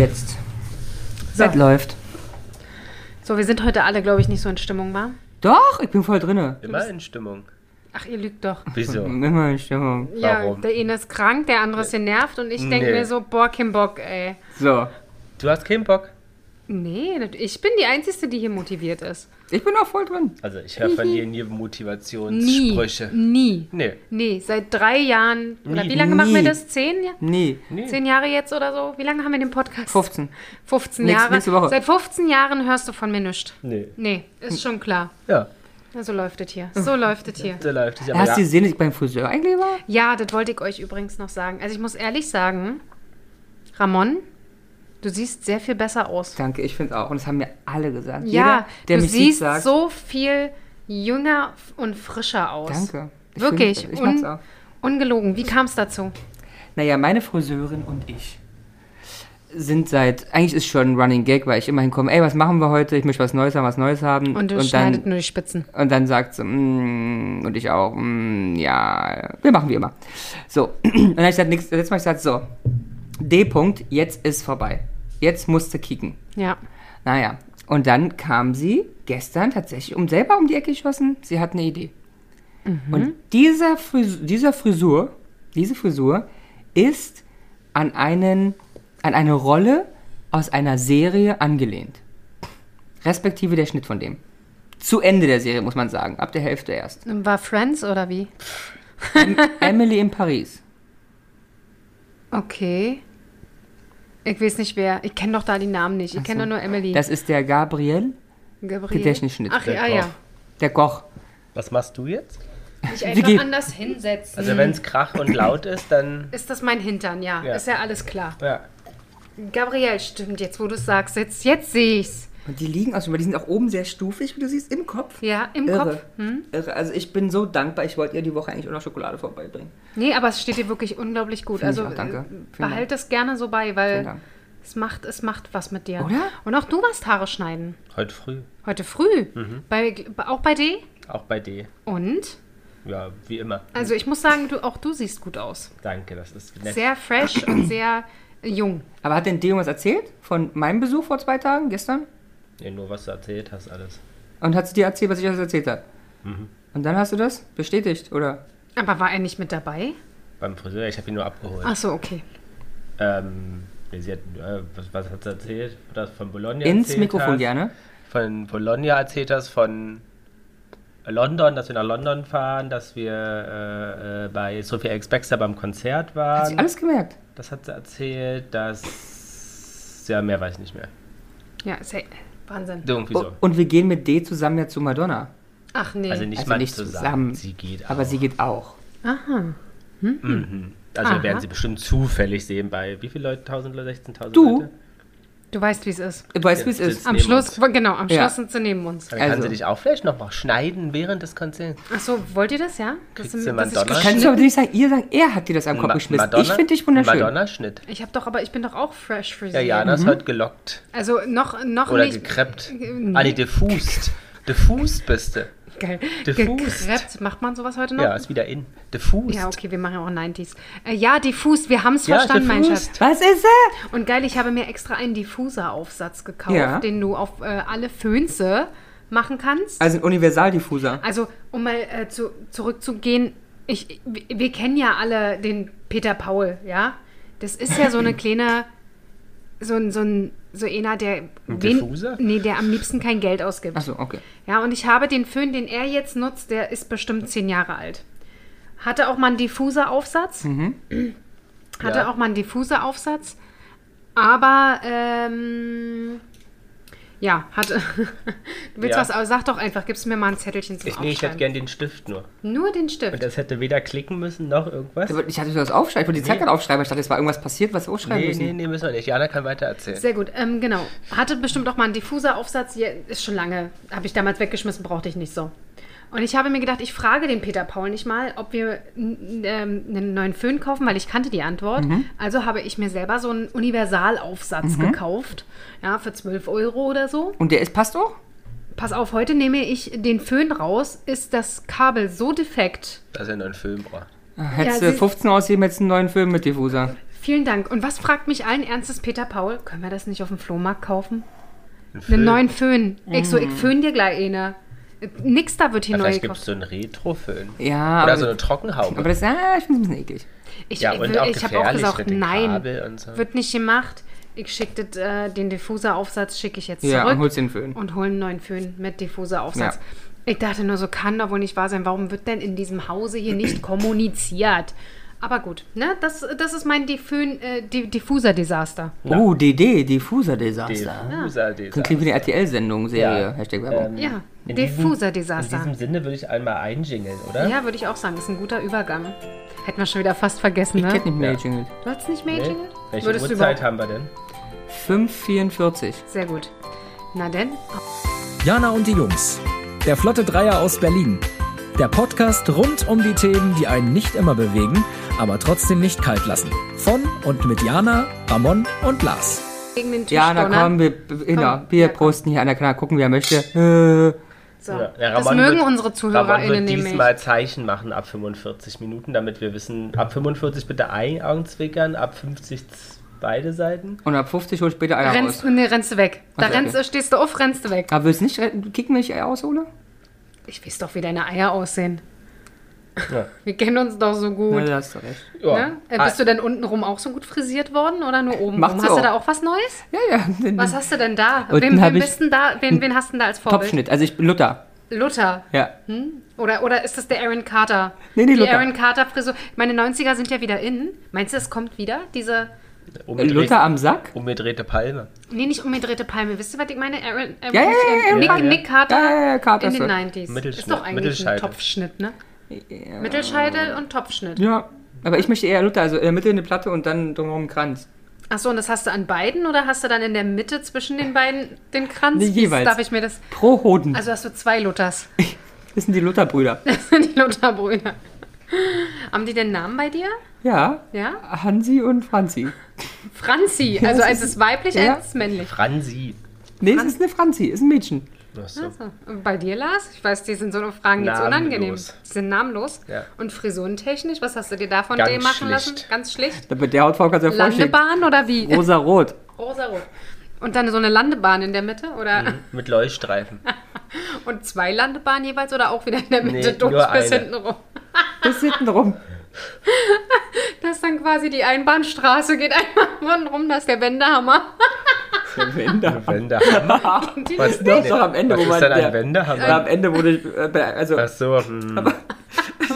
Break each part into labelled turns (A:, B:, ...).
A: Jetzt.
B: So.
A: Es läuft.
B: So, wir sind heute alle, glaube ich, nicht so in Stimmung, wa?
A: Doch, ich bin voll drinne.
C: Immer in Stimmung.
B: Ach, ihr lügt doch.
C: Wieso?
A: Immer in Stimmung.
B: Ja,
C: Warum?
B: der eine ist krank, der andere ist genervt und ich denke
C: Nee.
B: mir so, boah, kein Bock, ey.
A: So.
C: Du hast keinen Bock.
B: Nee, das- ich bin die Einzige, die hier motiviert ist.
A: Ich bin auch voll drin.
C: Also ich höre von dir nie
B: Nie.
C: Motivationssprüche.
B: Nie.
C: Nee.
B: Nee, seit drei Jahren. Oder
C: Nie.
B: wie lange machen wir
A: Nie.
B: das? Zehn? Ja?
A: Nee.
B: Zehn Jahre jetzt oder so? Wie lange haben wir den Podcast?
A: 15.
B: 15
A: Nächste-
B: Jahre.
A: nächste Woche.
B: Seit 15 Jahren hörst du von mir nichts.
C: Nee.
B: Nee, ist schon klar.
C: Ja,
B: Ja, So läuft es hier. So läuft es hier.
C: so läuft es. Aber
A: Hast du
C: ja,
A: gesehen, dass ich beim Friseur eigentlich war?
B: Ja, das wollte ich euch übrigens noch sagen. Also ich muss ehrlich sagen, Ramon, du siehst sehr viel besser aus.
A: Danke, ich finde auch. Und das haben mir alle gesagt. Jeder,
B: Ja,
A: der
B: du
A: mich sieht,
B: siehst
A: sagt,
B: so viel jünger f- und frischer aus.
A: Danke. Ich
B: Wirklich.
A: find's- ich
B: un
A: mag's auch.
B: Ungelogen. Wie kam es dazu?
A: Naja, meine Friseurin und ich sind seit, eigentlich ist schon ein Running Gag, weil ich immerhin komme, ey, was machen wir heute? Ich möchte was Neues haben, was Neues haben.
B: Und du
A: dann,
B: schneidest nur die Spitzen.
A: Und dann sagt sie, mm, und ich auch, mm, ja, wir machen wie immer. So, und dann hab ich gesagt, nix, letztes Mal hab ich gesagt, so, D-Punkt, jetzt ist vorbei. Jetzt musste kicken.
B: Ja.
A: Naja, und dann kam sie gestern tatsächlich um selber um die Ecke geschossen. Sie hat eine Idee. Und dieser, Fris dieser Frisur, diese Frisur ist an, einen, an eine Rolle aus einer Serie angelehnt. Respektive der Schnitt von dem. Zu Ende der Serie, muss man sagen. Ab der Hälfte erst.
B: War Friends oder wie?
A: Emily in Paris.
B: Okay. Ich weiß nicht wer. Ich kenne doch da die Namen nicht. Ich kenne
A: so.
B: doch nur Emily.
A: Das ist der Gabriel,
B: Gabriel.
A: Gedächtnisschnitt.
B: Ach ja,
C: Der
B: ja.
C: Koch.
A: der Koch.
C: was machst du jetzt?
B: Ich
A: Vicky.
B: einfach anders hinsetzen.
C: Also wenn es krach und laut ist, dann...
B: ist das mein Hintern, ja.
C: Ja.
B: Ist ja alles klar.
C: Ja.
B: Gabriel, stimmt, jetzt wo du es sagst, jetzt, jetzt sehe ich's.
A: Und die liegen auch schon, weil die sind auch oben sehr stufig, wie du siehst, im Kopf.
B: Ja, im
A: Irre.
B: Kopf. Hm?
A: Irre. Also ich bin so dankbar. Ich wollte ihr die Woche eigentlich auch noch Schokolade vorbeibringen.
B: Nee, aber es steht dir wirklich unglaublich gut.
A: Finde ich
B: also
A: auch, danke.
B: äh,
A: Vielen Dank.
B: behalt das gerne so bei,
A: Vielen
B: weil
A: Dank.
B: es macht, es macht was mit dir.
A: Oder?
B: Und auch du warst Haare schneiden.
C: Heute früh.
B: Heute früh.
C: Mhm.
B: Bei, auch bei D.
C: Auch bei dir.
B: Und?
C: Ja, wie immer.
B: Also ich muss sagen, du, auch du siehst gut aus.
C: Danke, das ist nett.
B: Sehr fresh und sehr jung.
A: Aber hat denn Deo was erzählt von meinem Besuch vor zwei Tagen, gestern?
C: Nee, nur was du erzählt hast, alles.
A: Und hat sie dir erzählt, was ich alles erzählt habe?
C: Mhm.
A: Und dann hast du das bestätigt, oder?
B: Aber war er nicht mit dabei?
C: Beim Friseur, ich habe ihn nur abgeholt.
B: Ach so, okay.
C: Ähm, nee, sie hat, äh, was, was hat sie erzählt? Das von Bologna
A: Ins
C: erzählt
A: Mikrofon
C: hast.
A: gerne.
C: von Bologna erzählt hast, von London, dass wir nach London fahren, dass wir äh, äh, bei Sophia X Baxter beim Konzert
A: Hat sich
C: waren.
A: alles gemerkt.
C: Das hat sie erzählt, dass. Ja, mehr weiß ich nicht mehr.
B: Ja, ist ja Wahnsinn.
C: Irgendwie
A: O-
C: so.
A: Oh, Und wir gehen mit D zusammen ja zu Madonna.
B: Ach nee.
C: Also nicht
A: Also
C: mal
A: nicht zusammen,
C: zusammen. Sie geht
A: Aber
C: auch.
A: sie geht auch.
B: Aha.
C: Also wir
B: Aha.
C: werden sie bestimmt zufällig sehen bei wie viele Leute? 1000 Leute? 16.000
A: Du?
C: Leute?
B: Du weißt, wie es ist.
A: Du weißt, wie es
C: Ja,
A: ist.
C: das-
B: Am
C: Neben
B: Schluss,
C: uns.
B: genau, am
A: Ja.
B: Schluss sind sie neben uns.
C: Dann also.
A: Also.
C: kann sie dich auch vielleicht nochmal schneiden während des Konzerts.
B: Ach so, wollt ihr das, ja?
C: Kriegst
B: dass-
C: du
B: dass
C: Madonna?
B: Ich,
A: Kannst
B: geschnitten-
A: du aber nicht sagen, ihr sagt, er hat dir das am Kopf
C: Ma-
A: geschmissen. ich
C: Madonna-
A: finde dich wunderschön. Mhm.
C: Madonna-Schnitt.
B: ich habe doch, aber ich bin doch auch fresh
C: Ja,
B: frisiert.
C: Jana ist heute gelockt.
B: Also noch, noch
C: Oder
B: nicht.
C: gekreppt.
B: Nee.
C: Ah, nee, diffust. Diffust bist du.
B: Geil.
C: Diffust.
B: Gekreppt. Macht man sowas heute noch?
C: Ja, ist wieder in. Diffust.
B: Ja, okay, wir machen ja auch 90s. Äh, ja, diffus, wir haben es
C: Ja,
B: verstanden, mein
C: diffus.
B: Schatz.
A: Was ist er?
B: Und geil, ich habe mir extra einen Diffuser-Aufsatz gekauft,
A: Ja.
B: den du auf äh, alle Föhnse machen kannst.
A: Also ein Universaldiffuser.
B: Also, um mal äh, zu, zurückzugehen, ich, wir, wir kennen ja alle den Peter Paul, ja? Das ist ja so eine kleine, so ein, so ein, so einer, der.
C: Ein
B: wen-
C: Diffuser?
B: Nee, der am liebsten kein Geld ausgibt.
A: Achso, okay.
B: Ja, und ich habe den Föhn, den er jetzt nutzt, der ist bestimmt zehn Jahre alt. Hatte auch mal einen Diffuseraufsatz. Hatte
C: Mhm. Ja.
B: auch mal einen Diffuseraufsatz. Aber, ähm, ja, hatte. Du willst
C: Ja.
B: was, aber sag doch einfach, gibst mir mal ein Zettelchen zum
C: Ich, nee, ich hätte
B: Aufschreiben.
C: gern den Stift nur.
B: Nur den
C: Und
B: Stift.
C: das hätte weder klicken müssen noch irgendwas.
A: Aber Ich hatte das aufschreiben, ich wollte die Zeit gerade aufschreiben. Ich dachte, es war irgendwas passiert, was wir aufschreiben
C: Nee,
A: müssen.
C: nee, nee, müssen wir nicht. Jana kann weiter erzählen.
B: Sehr gut, ähm, genau. Hatte bestimmt auch mal einen Diffuseraufsatz. Ja, Ist schon lange. Habe ich damals weggeschmissen, brauchte ich nicht so. Und ich habe mir gedacht, ich frage den Peter Paul nicht mal, ob wir n- n- ähm, einen neuen Föhn kaufen, weil ich kannte die Antwort. Also habe ich mir selber so einen Universalaufsatz gekauft. Ja, für 12 Euro oder so.
A: Und der ist passt auch?
B: Pass auf, heute nehme ich den Föhn raus. Ist das Kabel so defekt?
C: Dass er einen neuen Film oh. braucht.
A: Hättest
B: Ja,
A: du
B: sie-
A: 15 ausgegeben, hättest einen neuen Film mit Diffuser.
B: Vielen Dank. Und was fragt mich allen Ernstes Peter Paul? Können wir das nicht auf dem Flohmarkt kaufen?
C: Ein Film.
B: Einen neuen Föhn. Ich so, ich
A: Mm.
B: föhn dir gleich eine. Nix da wird hier
C: ja,
B: neu
C: vielleicht gibt
B: gekauft.
C: es so einen Retro-Föhn.
A: Ja,
C: Oder
A: aber-
C: so eine Trockenhaube.
A: Aber das ah, ich finde es ein bisschen eklig.
B: Ich,
C: ja,
B: ich,
C: und
B: will-
C: auch
B: ich habe auch
C: gefährlich
B: gesagt,
C: mit dem
B: nein,
C: Kabel und so.
B: wird nicht gemacht. Ich schicke das, äh, den Diffuseraufsatz schicke ich jetzt
A: Ja,
B: zurück
A: und holst den Föhn.
B: und hol einen neuen Föhn mit Diffuseraufsatz.
A: Ja.
B: Ich dachte nur, so kann doch wohl nicht wahr sein. Warum wird denn in diesem Hause hier nicht kommuniziert? Aber gut, ne? das, das ist mein Diffön- äh, Di- Diffuser-Desaster.
C: Ja.
A: Oh, DD, Diffuser-Desaster. Das klingt wie
C: Diffuser-Desaster.
A: eine RTL-Sendung-Serie.
C: Ja.
A: Hashtag Werbung.
C: Ähm,
B: Ja,
C: in diesem- In
B: Diffuser-Desaster.
C: diesem Sinne würde ich einmal einjingeln, oder?
B: Ja, würde ich auch sagen, ist ein guter Übergang. Hätten wir schon wieder fast vergessen,
A: Ich
B: ne?
A: kenne nicht mehr
C: Ja.
A: den Jingle.
B: Du hast nicht mehr
C: Nee?
B: gejingelt?
C: Welche
B: Würdest du
C: Uhrzeit
B: überhaupt-
C: haben wir denn?
A: 5,44.
B: Sehr gut. Na denn,
D: Jana und die Jungs. Der Flotte Dreier aus Berlin. Der Podcast rund um die Themen, die einen nicht immer bewegen, aber trotzdem nicht kalt lassen. Von und mit Jana, Ramon und Lars.
B: gegen den Tisch
A: Ja, na
B: donnern.
A: komm, wir, b- genau,
B: ne? Komm,
A: wir
B: ja, komm.
A: prosten hier an der Kanal, gucken, wer möchte. Äh,
B: So.
C: Ja, der
B: Das
C: Ramon
B: mögen
C: wird-
B: unsere
C: Ramon
B: ZuhörerInnen
C: wird
B: nämlich.
C: diesmal Zeichen machen ab 45 Minuten, damit wir wissen, ab 45 bitte ein Augenzwickern, ab 50 z- beide Seiten.
A: und ab 50 hol ich später Eier
B: Rennst,
A: raus.
B: nee, rennst du weg. Da
A: Okay.
B: rennst, stehst du auf, rennst du weg.
A: Aber willst du nicht re- kicken, wenn ich Eier aushole?
B: Ich weiß doch, wie deine Eier aussehen.
C: Ja.
B: Wir kennen uns doch so
A: Ja,
B: gut.
A: da hast du recht.
B: Ne? Äh, Bist du denn untenrum auch so gut frisiert worden oder nur oben?
A: Macht
B: rum?
A: so.
B: Hast du da auch was Neues?
A: Ja, ja.
B: Was hast du denn da?
A: Unten
B: Wem,
A: hab
B: wem
A: ich-
B: bist denn da? Wen, wen hast du denn da als Vorbild?
A: Topfschnitt, also ich bin Luther.
B: Luther.
A: Ja.
B: Hm? Oder, oder ist das der Aaron Carter?
A: Nee, nee,
B: die
A: Luther.
B: Aaron Carter Frisur. Ich meine, 90er sind ja wieder in. Meinst du, es kommt wieder? Diese,
C: umgedreht,
A: äh, Luther am Sack?
C: umgedrehte Palme?
B: nee, nicht umgedrehte Palme. Wisst ihr, was ich meine? Aaron, äh, Aaron,
A: Ja, ja, ja, ja,
B: Nick,
A: ja,
C: ja.
B: Nick Carter.
A: Ja, ja, ja, Carter
B: in den
A: Schnitt.
B: 90s. Ist
C: Mittelschnitt,
B: doch eigentlich ein
C: Mittelscheitel.
B: Topfschnitt, ne? Mittelscheitel und Topfschnitt.
A: Ja. Aber ich möchte eher Luther, also in der Mitte eine Platte und dann drumherum einen Kranz.
B: Achso, und das hast du an beiden oder hast du dann in der Mitte zwischen den beiden den Kranz?
A: Nee,
B: Wie
A: jeweils.
B: Darf ich mir das?
A: Pro Hoden.
B: Also hast du zwei Luthers.
A: das sind die Lutherbrüder.
B: Das sind die Lutherbrüder. Haben die denn Namen bei dir?
A: Ja.
B: Ja?
A: Hansi und Franzi.
B: Franzi. Also eins ist weiblich,
A: Ja.
B: eins ist männlich.
C: Franzi.
A: Nee, es ist eine Franzi, ist ein Mädchen.
C: Ach so.
B: So. Und bei dir, Lars? Ich weiß, die sind so eine Fragen jetzt
C: Namenlos.
B: unangenehm. Die sind namenlos.
C: Ja.
B: Und frisurentechnisch, was hast du dir davon
C: Ganz
B: dem machen lassen?
C: schlicht.
B: Ganz schlicht.
A: Mit der Hautfarbe kannst du ja vorstellen.
B: Landebahn oder wie?
A: Rosa-rot.
B: Rosarot. Und dann so eine Landebahn in der Mitte oder
C: Mit Leuchtstreifen.
B: und zwei Landebahnen jeweils oder auch wieder in der Mitte
C: Nee,
B: durch
C: nur
B: bis
C: eine.
B: hinten rum.
A: Bis hinten rum.
B: Dass dann quasi die Einbahnstraße geht einmal rund rum, das ist der Wendehammer.
A: Wender.
C: Wendehammer. Was
A: Das ist doch am Ende,
C: was
A: wo man
C: ist denn ein
A: der-
C: Wendehammer?
B: Ähm.
A: Am Ende wurde ich, äh, bei- also,
C: Ach so, hm.
B: Aber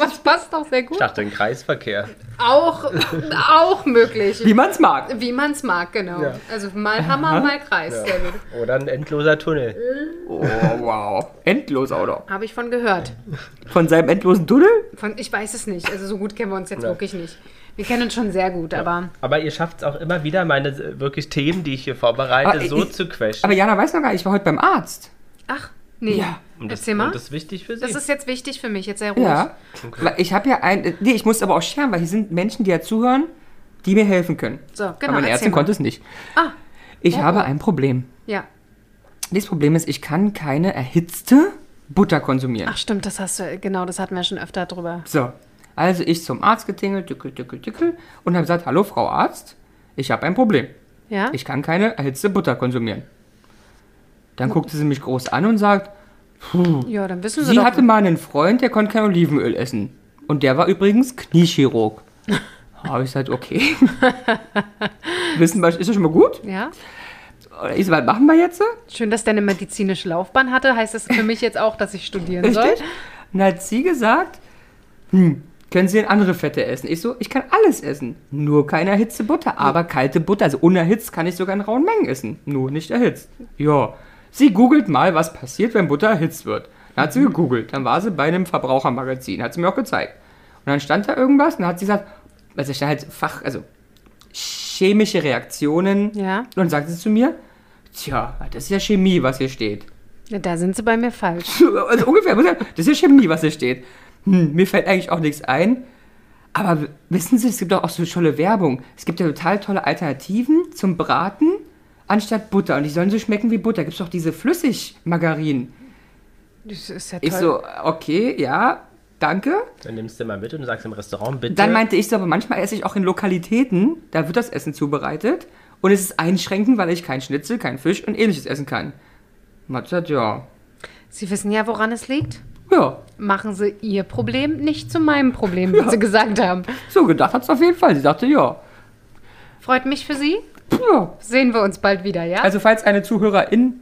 B: es passt doch sehr gut.
C: ich dachte ein Kreisverkehr.
B: Auch, auch möglich.
A: wie man es mag.
B: Wie man es mag, genau. Also mal Hammer, mal Kreis. Sehr gut.
C: Oder ein endloser Tunnel.
A: Oh, wow. Endlos, Auto.
B: Habe ich von gehört.
A: Von seinem endlosen Tunnel?
B: Von, ich weiß es nicht. Also so gut kennen wir uns jetzt wirklich nicht. Wir kennen uns schon sehr gut, aber
C: Aber ihr schafft es auch immer wieder, meine äh, wirklich Themen, die ich hier vorbereite,
A: Aber
C: so
A: Ah, ich-
C: zu quäschen.
A: Aber Jana weiß noch gar nicht, ich war heute beim Arzt.
B: ach, nee.
A: Ja.
C: Und das,
B: Erzähl mal.
C: Und das ist wichtig für sie.
B: Das ist jetzt wichtig für mich, jetzt sehr ruhig.
A: Ja. Weil Ich habe ja ein. äh, Nee, ich muss aber auch scheren, weil hier sind Menschen, die ja zuhören, die mir helfen können.
B: So, genau,
A: aber meine
B: erzähl
A: Ärztin
B: mal.
A: konnte es nicht.
B: Ah,
A: Ich habe ein Problem.
B: ja.
A: Dieses Problem ist, ich kann keine erhitzte Butter konsumieren.
B: Ach stimmt, das hast du, genau, das hatten wir schon öfter drüber.
A: So. Also ich zum Arzt getingelt, tückel, tückel, tückel und habe gesagt, hallo Frau Arzt, ich habe ein Problem.
B: Ja?
A: Ich kann keine erhitzte Butter konsumieren. Dann
B: Hm.
A: guckte sie mich groß an und sagt,
B: ja, dann wissen sie
A: Sie
B: doch.
A: hatte mal einen Freund, der konnte kein Olivenöl essen. Und der war übrigens Kniechirurg. Habe ich gesagt, okay. Wissen wir, ist das schon mal gut?
B: ja?
A: Oder ich so, was machen wir jetzt?
B: Schön, dass der eine medizinische Laufbahn hatte. Heißt das für mich jetzt auch, dass ich studieren soll?
A: Richtig? Und dann hat sie gesagt, hm, können Sie denn andere Fette essen? Ich so, ich kann alles essen. Nur keine erhitzte Butter. Aber kalte Butter, also unerhitzt, kann ich sogar in rauen Mengen essen. Nur nicht erhitzt. Ja. Sie googelt mal, was passiert, wenn Butter erhitzt wird. Dann
B: Mhm.
A: hat sie gegoogelt. Dann war sie bei einem Verbrauchermagazin. Hat sie mir auch gezeigt. Und dann stand da irgendwas und dann hat sie gesagt, also stand halt Fach, also chemische Reaktionen.
B: Ja.
A: Und dann sagte sie zu mir, tja, das ist ja Chemie, was hier steht.
B: Ja, Da sind sie bei mir falsch.
A: Also ungefähr, muss ich sagen, das ist ja Chemie, was hier steht. Hm, mir fällt eigentlich auch nichts ein. Aber w- wissen Sie, es gibt doch auch so tolle Werbung. Es gibt ja total tolle Alternativen zum Braten anstatt Butter. Und die sollen so schmecken wie Butter. Gibt es doch diese Flüssigmargarinen.
B: Das ist ja toll.
A: Ich so, okay, ja, danke.
C: Dann nimmst du mal mit und sagst im Restaurant, bitte.
A: Dann meinte ich so, aber manchmal esse ich auch in Lokalitäten, da wird das Essen zubereitet und es ist einschränkend, weil ich kein Schnitzel, kein Fisch und ähnliches essen kann. Matt sagt, ja.
B: Sie wissen ja, woran es liegt.
A: Ja,
B: Machen Sie Ihr Problem nicht zu meinem Problem, wie Sie gesagt haben.
A: so gedacht hat es auf jeden Fall. Sie dachte, ja.
B: Freut mich für Sie.
A: ja.
B: Sehen wir uns bald wieder, ja?
A: Also falls eine Zuhörerin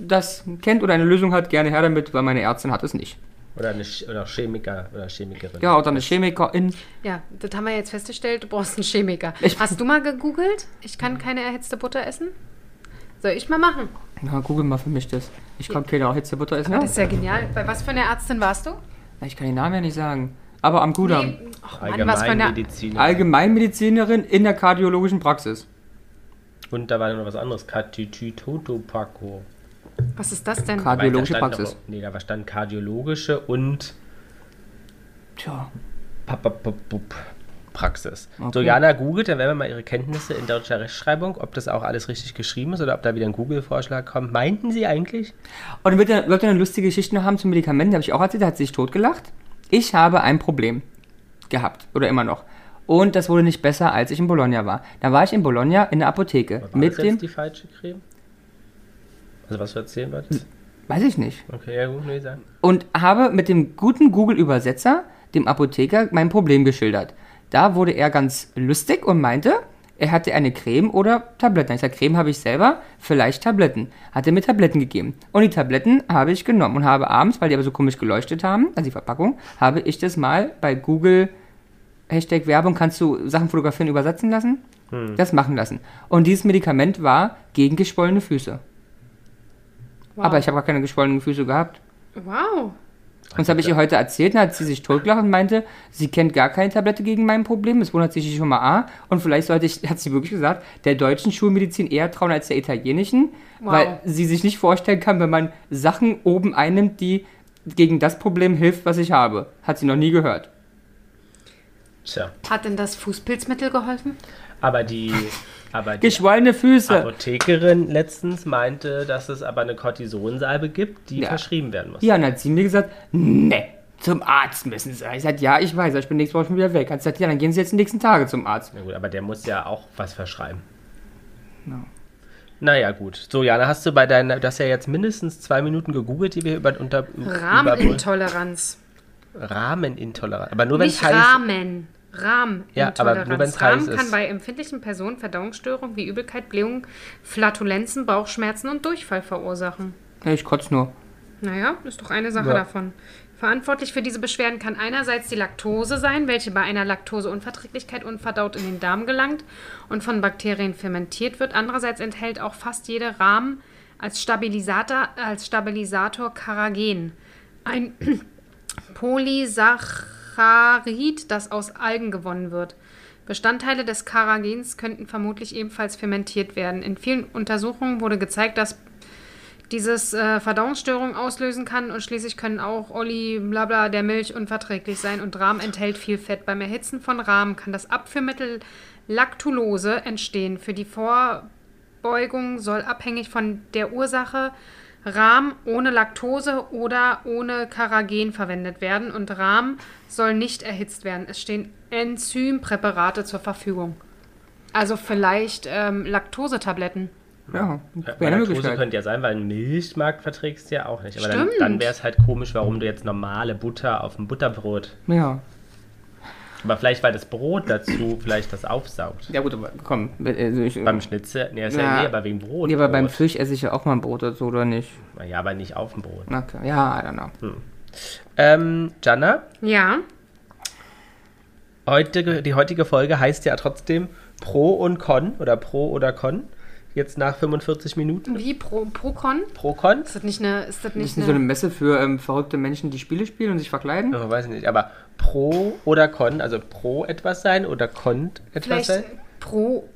A: das kennt oder eine Lösung hat, gerne her damit, weil meine Ärztin hat es nicht.
C: Oder eine Sch oder Chemiker oder Chemikerin.
A: Ja, oder eine Chemikerin.
B: ja, das haben wir jetzt festgestellt. Du brauchst einen Chemiker. Hast du mal gegoogelt? Ich kann keine erhitzte Butter essen. Soll ich mal machen?
A: Na, google mal für mich das. Ich glaube, Peter auch jetzt der Butter ne? essen.
B: Das ist
A: Ja?
B: ja genial. Bei was für einer Ärztin warst du?
A: Ich kann den Namen ja nicht sagen. Aber am Gudam.
B: Nee. Ach Mann, was für eine.
C: Allgemeinmedizin.
A: Allgemeinmedizinerin in der kardiologischen Praxis.
C: Und da war noch was anderes. Katititotopako.
B: Was ist das denn?
A: Kar- Kardiologische
C: Weil da stand
A: Praxis.
C: noch- Nee, da war stand kardiologische und
A: Tja,
C: Papapapup. Praxis. So,
A: Okay.
C: Jana googelt, dann werden wir mal ihre Kenntnisse in deutscher Rechtschreibung, ob das auch alles richtig geschrieben ist oder ob da wieder ein Google-Vorschlag kommt. Meinten Sie eigentlich?
A: Und dann wird der, Leute eine lustige Geschichte noch haben zum Medikamenten, die habe ich auch erzählt, da hat sie sich totgelacht. Ich habe ein Problem gehabt oder immer noch. Und das wurde nicht besser, als ich in Bologna war. Da war ich in Bologna in der Apotheke.
C: War
A: mit
C: das jetzt
A: dem.
C: die falsche Creme? Also was du erzählen wolltest?
A: Weiß ich nicht.
C: Okay, ja gut, nee, sagen.
A: Und habe mit dem guten Google-Übersetzer, dem Apotheker, mein Problem geschildert. Da wurde er ganz lustig und meinte, er hatte eine Creme oder Tabletten. Ich sagte, Creme habe ich selber, vielleicht Tabletten. Hat er mir Tabletten gegeben. Und die Tabletten habe ich genommen und habe abends, weil die aber so komisch geleuchtet haben, also die Verpackung, habe ich das mal bei Google Hashtag Werbung, kannst du Sachen fotografieren, übersetzen lassen? Das machen lassen. Und dieses Medikament war gegen geschwollene Füße.
B: Wow.
A: Aber ich habe gar keine geschwollenen Füße gehabt.
B: wow.
A: Und das habe ich ihr heute erzählt, dann hat sie sich totgelacht und meinte, sie kennt gar keine Tablette gegen mein Problem, es wundert sich schon mal A. Und vielleicht sollte ich, hat sie wirklich gesagt, der deutschen Schulmedizin eher trauen als der italienischen,
B: Wow.
A: weil sie sich nicht vorstellen kann, wenn man Sachen oben einnimmt, die gegen das Problem hilft, was ich habe. Hat sie noch nie gehört.
C: Tja.
B: Hat denn das Fußpilzmittel geholfen?
C: Aber die, aber die
A: Geschwollene Füße.
C: Apothekerin letztens meinte, dass es aber eine Kortisonsalbe gibt, die
A: Ja.
C: verschrieben werden muss.
A: Ja, und dann hat sie mir gesagt, nee, zum Arzt müssen sie. Ich sagte, ja, ich weiß, aber ich bin nächste Woche schon wieder weg. Hat sie gesagt, ja, dann gehen sie jetzt die nächsten Tage zum Arzt.
C: Na gut, aber der muss ja auch was verschreiben. Naja, gut. So, Jana, hast du bei deiner, du hast ja jetzt mindestens zwei Minuten gegoogelt, die wir über, unter, über
B: Rahmenintoleranz.
C: Rahmenintoleranz. Aber nur wenn es
B: Nicht
C: heiß
B: Rahmen. Rahmenintoleranz.
C: Ja, aber nur wenn's
B: Rahmen
C: heiß
B: kann
C: ist.
B: bei empfindlichen Personen Verdauungsstörungen wie Übelkeit, Blähungen, Flatulenzen, Bauchschmerzen und Durchfall verursachen.
A: Ja, Ich kotze nur.
B: Naja, ist doch eine Sache
A: Ja.
B: davon. Verantwortlich für diese Beschwerden kann einerseits die Laktose sein, welche bei einer Laktoseunverträglichkeit unverdaut in den Darm gelangt und von Bakterien fermentiert wird. Andererseits enthält auch fast jeder Rahmen als Stabilisator, als Stabilisator Karagen. Ein Polysaccharid, das aus Algen gewonnen wird. Bestandteile des Karagens könnten vermutlich ebenfalls fermentiert werden. In vielen Untersuchungen wurde gezeigt, dass dieses äh, Verdauungsstörung auslösen kann und schließlich können auch Olli blabla der Milch unverträglich sein und Rahm enthält viel Fett. Beim Erhitzen von Rahm kann das Abführmittel Lactulose entstehen. Für die Vorbeugung soll abhängig von der Ursache Rahm ohne Laktose oder ohne Karagen verwendet werden und Rahm soll nicht erhitzt werden. Es stehen Enzympräparate zur Verfügung. Also vielleicht ähm, Laktosetabletten.
A: Ja,
C: Ja,
A: wäre eine
C: Laktose
A: Möglichkeit.
C: könnte ja sein, weil einen Milchmarkt verträgst du ja auch nicht. Aber dann,
B: Stimmt.
C: dann wäre es halt komisch, warum du jetzt normale Butter auf dem Butterbrot.
A: Ja.
C: Aber vielleicht, weil das Brot dazu vielleicht das aufsaugt.
A: Ja gut, aber komm. Also ich,
C: Beim Schnitzel, nee, ist ja,
A: Ja.
C: nee, aber wegen Brot.
A: ja, aber beim
C: Brot.
A: Fisch esse ich ja auch mal ein Brot oder so, oder nicht?
C: Ja, aber nicht auf dem Brot.
A: Na klar, ja, I don't know.
C: Ähm, Jana,
B: Ja.
C: heute, die heutige Folge heißt ja trotzdem Pro und Con oder Pro oder Con. Jetzt nach 45 Minuten.
B: Wie pro, Procon?
C: Pro Con?
B: Ist das nicht eine. Ist
A: Das
B: das
A: ist
B: nicht
A: nicht
B: eine,
A: so eine Messe für ähm, verrückte Menschen, die Spiele spielen und sich verkleiden?
C: Oh, weiß ich nicht, aber Pro oder Con, also Pro etwas sein oder Con etwas
B: vielleicht
C: sein?
B: pro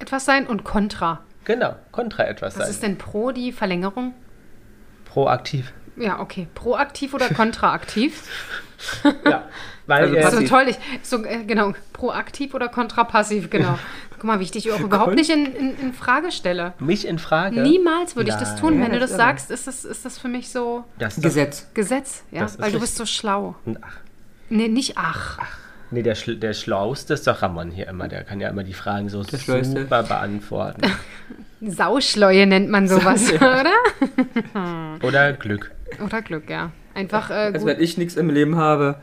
B: etwas sein und contra.
C: Genau, Contra etwas
B: Was
C: sein.
B: ist denn pro die Verlängerung?
C: Proaktiv.
B: Ja, okay. Proaktiv oder kontraaktiv?
C: Ja, weil
A: Also
C: äh,
B: Das ist so
A: Passiv.
B: toll. Ich, so, äh, genau, proaktiv oder kontrapassiv, genau. Guck mal, wie ich dich auch überhaupt nicht in, in, in Frage stelle.
C: mich in Frage.
B: Niemals würde ich das
C: Nein.
B: tun.
A: Ja,
B: Wenn du
A: das
B: das
A: ist irre.
B: sagst, ist das, ist das für mich so
C: Das, das,
A: Gesetz.
B: Gesetz, ja?
C: Das ist
B: Weil du
C: richtig.
B: bist so schlau.
C: Ach,
B: Nee, nicht ach.
C: nee, der, Schl- der Schlauste ist doch Ramon hier immer. Der kann ja immer die Fragen so
A: Schlauste.
C: super beantworten.
B: Sauschleue nennt man sowas, oder?
C: Oder Glück.
B: Oder Glück, ja. Einfach äh,
A: Also
B: gut.
A: wenn ich nichts im Leben habe.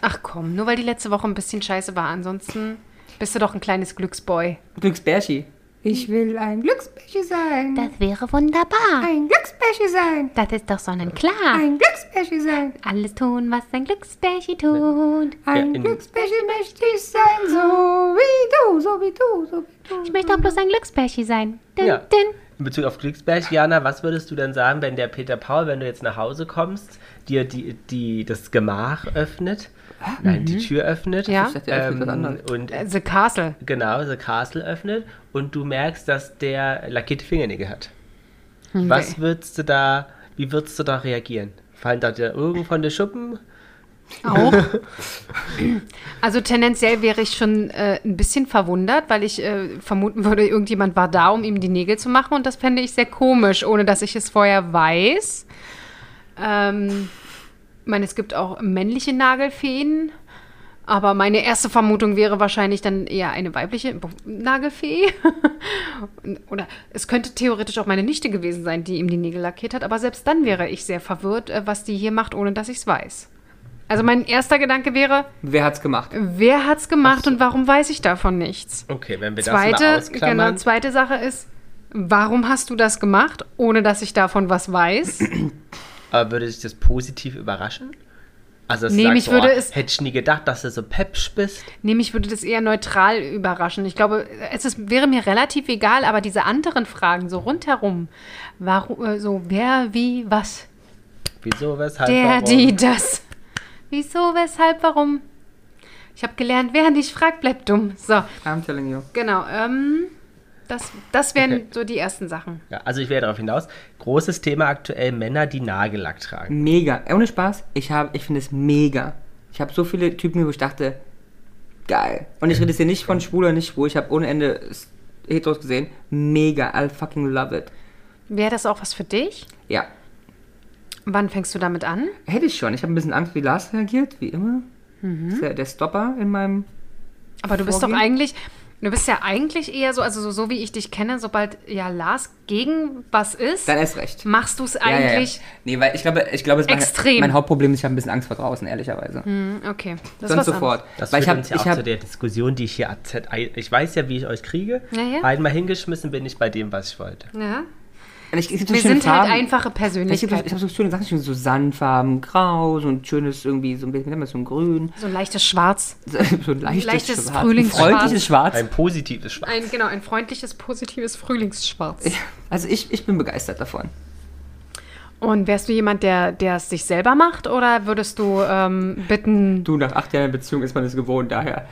B: Ach komm, nur weil die letzte Woche ein bisschen scheiße war. Ansonsten bist du doch ein kleines Glücksboy.
A: Glücksbärschi. Ich will ein Glücksbärschi sein.
E: Das wäre wunderbar.
A: Ein Glücksbärschi sein.
E: Das ist doch sonnenklar.
A: Ein Glücksbärschi sein.
E: Alles tun, was ein Glücksbärchen tut.
A: Ein
C: in-
A: Glücksbärschi möchte ich sein, so wie du, so wie du, so wie du.
E: Ich möchte auch bloß ein Glücksbärchen sein. Dün,
C: Ja.
E: dün.
C: In Bezug auf Glücksberg, Jana, was würdest du denn sagen, wenn der Peter Paul, wenn du jetzt nach Hause kommst, dir die, die, das Gemach öffnet, nein, die Tür öffnet
B: Mhm. Ja. Ich
A: dachte, er öffnet was
C: ähm,
A: anderes.
C: und
B: Äh, The Castle.
C: genau, The Castle öffnet und du merkst, dass der lackierte Fingernägel hat. Was würdest du da, wie würdest du da reagieren? Fallen da dir irgendwo von der Schuppen?
B: Auch. Also tendenziell wäre ich schon äh, ein bisschen verwundert, weil ich äh, vermuten würde, irgendjemand war da, um ihm die Nägel zu machen. Und das fände ich sehr komisch, ohne dass ich es vorher weiß. Ähm, ich meine, es gibt auch männliche Nagelfeen. Aber meine erste Vermutung wäre wahrscheinlich dann eher eine weibliche Bo- Nagelfee. Oder es könnte theoretisch auch meine Nichte gewesen sein, die ihm die Nägel lackiert hat. Aber selbst dann wäre ich sehr verwirrt, äh, was die hier macht, ohne dass ich es weiß. Also mein erster Gedanke wäre,
A: Wer hat's gemacht?
B: wer hat's gemacht und warum weiß ich davon nichts?
C: Okay, wenn wir das mal
B: Zweite, genau,
C: ausklammern.
B: zweite Sache ist, warum hast du das gemacht, ohne dass ich davon was weiß?
C: aber würde dich das positiv überraschen? Also, dass du
B: Nee,
C: sagst,
B: mich würde
C: boah,
B: es-
C: hätte ich nie gedacht, dass du so pepsch bist.
B: Nee, mich würde das eher neutral überraschen. Ich glaube, es ist, wäre mir relativ egal, aber diese anderen Fragen so rundherum, warum, äh, so wer, wie, was,
C: Wieso, weshalb,
B: der,
C: warum?
B: die, das, wieso, weshalb, warum? Ich habe gelernt, wer nicht fragt, bleibt dumm. So,
A: I'm telling you.
B: genau. Ähm, das, das wären
C: Okay.
B: so die ersten Sachen.
C: Ja, also ich wäre darauf hinaus. Großes Thema aktuell, Männer, die Nagellack tragen.
A: Mega. Ey, Ohne Spaß. Ich habe, ich finde es mega. Ich habe so viele Typen, wo ich dachte, geil. Und ich rede jetzt hier nicht von schwul oder nicht schwul. Ich habe ohne Ende S- Heteros gesehen. Mega. I fucking love it.
B: Wäre das auch was für dich?
A: Ja.
B: Wann fängst du damit an?
A: Hätte ich schon. Ich habe ein bisschen Angst, wie Lars reagiert, wie immer.
B: Mhm.
A: Ist ja der Stopper in meinem.
B: Aber du bist doch
A: Vorgehen?
B: eigentlich, du bist ja eigentlich eher so, also so, so wie ich dich kenne, sobald ja Lars gegen was ist,
A: Dann erst recht.
B: machst du es
A: Ja,
B: Mhm. eigentlich.
A: Ja, ja. Nee, weil ich glaube, ich glaube, es mein,
B: Extrem.
A: mein Hauptproblem ist, ich habe ein bisschen Angst vor draußen, ehrlicherweise.
B: Hm, Okay, das ist
A: Sonst
B: was
A: sofort.
C: Das
A: weil
C: führt
A: ich habe,
C: uns ja
A: ich
C: auch zu
A: habe,
C: der Diskussion, die ich hier abzett. Ich weiß ja, wie ich euch kriege.
B: Ja, ja.
C: Einmal hingeschmissen bin ich bei dem, was ich wollte.
B: Anderes. Ja?
A: ich, ich, ich
B: Wir sind halt einfache
A: Ich habe
B: Persönlichkeiten.
A: hab so schöne Sachen, so Sandfarben, Grau, so ein schönes irgendwie, so ein bisschen, wie nennt man das, so ein Grün,
B: So ein leichtes Schwarz.
A: so ein leichtes,
B: Leichtes
A: Schwarz,
B: Frühlingsschwarz.
A: ein freundliches Schwarz.
C: Ein positives Schwarz.
B: Ein, genau, ein freundliches, positives Frühlingsschwarz.
A: Also ich, ich bin begeistert davon.
B: Und wärst du jemand, der, der es sich selber macht oder würdest du ähm, bitten,
A: Du, nach acht Jahren Beziehung ist man es gewohnt, daher.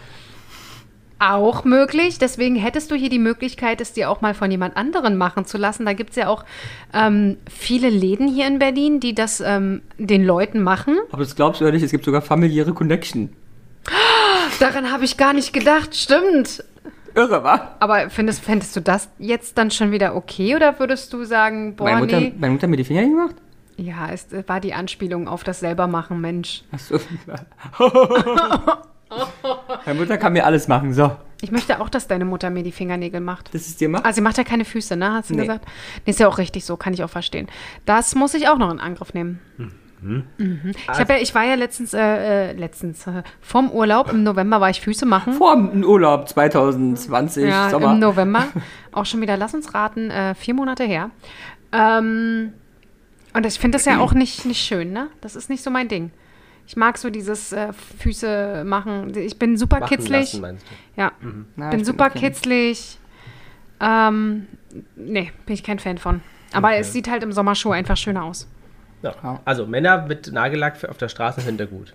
B: auch möglich. Deswegen hättest du hier die Möglichkeit, es dir auch mal von jemand anderen machen zu lassen. Da gibt es ja auch ähm, viele Läden hier in Berlin, die das ähm, den Leuten machen.
A: Ob du es glaubst oder nicht, es gibt sogar familiäre Connection.
B: Daran habe ich gar nicht gedacht, stimmt.
A: Irre, wa?
B: Aber findest, fändest du das jetzt dann schon wieder okay oder würdest du sagen, boah,
A: meine, Mutter,
B: nee?
A: meine Mutter hat mir die Finger gemacht.
B: Ja, es äh, war die Anspielung auf das selbermachen, Mensch.
A: Achso. meine Mutter kann mir alles machen, so.
B: Ich möchte auch, dass deine Mutter mir die Fingernägel macht.
A: Das ist dir macht.
B: Ah, sie macht ja keine Füße, ne? Hast du
A: Nee.
B: gesagt? Nee, ist ja auch richtig so, kann ich auch verstehen. Das muss ich auch noch in Angriff nehmen. Mhm. Ich, hab ja, ich war ja letztens, äh, äh, letztens, äh, vom Urlaub im November war ich Füße machen.
A: Vor dem Urlaub 2020,
B: ja,
A: Sommer.
B: im November. Auch schon wieder, lass uns raten, äh, vier Monate her. Ähm, und ich finde das ja auch nicht, nicht schön, ne? Das ist nicht so mein Ding. Ich mag so dieses äh, Füße machen. Ich bin super
C: Machen
B: kitzlig.
C: lassen, meinst du?
B: Ja.
A: Na,
B: bin
A: ich
B: super
A: okay.
B: kitzlig. Ähm, nee, bin ich kein Fan von. Aber es sieht halt im Sommerschuh einfach schöner aus.
C: Ja. Also Männer mit Nagellack für- auf der Straße sind da gut.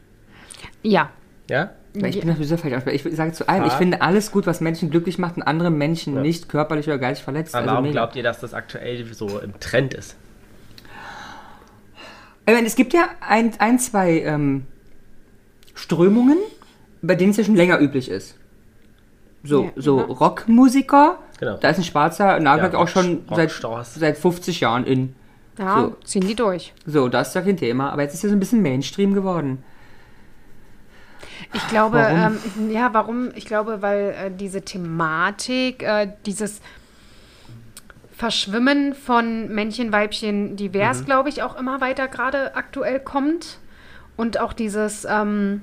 B: Ja.
C: Ja?
A: Weil ich bin dafür sehr falsch ansprechbar. Ich sage zu allem, ich finde alles gut, was Menschen glücklich macht und andere Menschen nicht körperlich oder geistig verletzt.
C: Aber
A: also
C: warum
A: mega.
C: glaubt ihr, dass das aktuell so im Trend ist?
A: Ich meine, es gibt ja ein, ein zwei ähm, Strömungen, bei denen es ja schon länger üblich ist. So,
B: Ja,
A: so
B: ja.
A: Rockmusiker,
C: Genau.
A: da ist ein schwarzer Nagellack
C: Ja,
A: auch schon
C: Rock-
A: seit,
C: Rockstars.
A: seit 50 Jahren in.
B: Ja,
A: So.
B: ziehen die durch.
A: So, das ist ja kein Thema, aber jetzt ist ja so ein bisschen Mainstream geworden.
B: Ich glaube,
A: Warum?
B: Ähm, ja, warum? Ich glaube, weil äh, diese Thematik, äh, dieses Verschwimmen von Männchen, Weibchen, divers, glaube ich, auch immer weiter gerade aktuell kommt. Und auch dieses, ähm,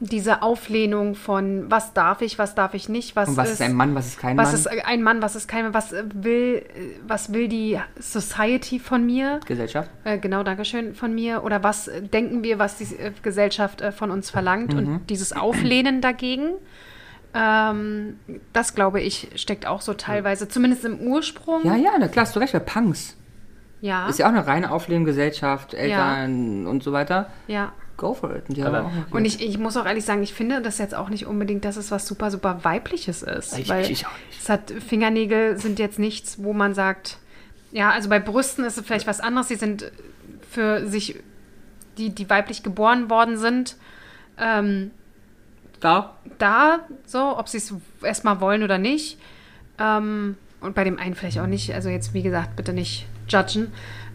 B: diese Auflehnung von was darf ich, was darf ich nicht, was,
A: Und was ist,
B: ist
A: ein Mann, was ist kein
B: was
A: Mann?
B: ist äh, ein Mann, was ist kein Mann, was äh, will, äh, was will die Society von mir?
A: Gesellschaft?
B: Äh, genau, Dankeschön von mir. Oder was äh, denken wir, was die äh, Gesellschaft äh, von uns verlangt
A: Mhm.
B: und dieses Auflehnen dagegen? Ähm, das glaube ich, steckt auch so teilweise, zumindest im Ursprung.
A: Ja, ja, na klar, hast du recht, weil Punks
B: ja.
A: ist ja auch eine reine Auflebengesellschaft, Eltern und so weiter.
B: ja.
A: Go for it. Und die
C: Aber-
A: haben auch
B: Und ich, ich muss auch ehrlich sagen, ich finde das jetzt auch nicht unbedingt, dass es was super, super Weibliches ist.
A: Ich-
B: weil
A: ich auch nicht.
B: Es hat, Fingernägel sind jetzt nichts, wo man sagt, ja, also bei Brüsten ist es vielleicht was anderes. Die sind für sich, die, die weiblich geboren worden sind, ähm,
A: da.
B: da, so, ob sie es erstmal wollen oder nicht. Ähm, und bei dem einen vielleicht auch nicht. Also jetzt, wie gesagt, bitte nicht judgen.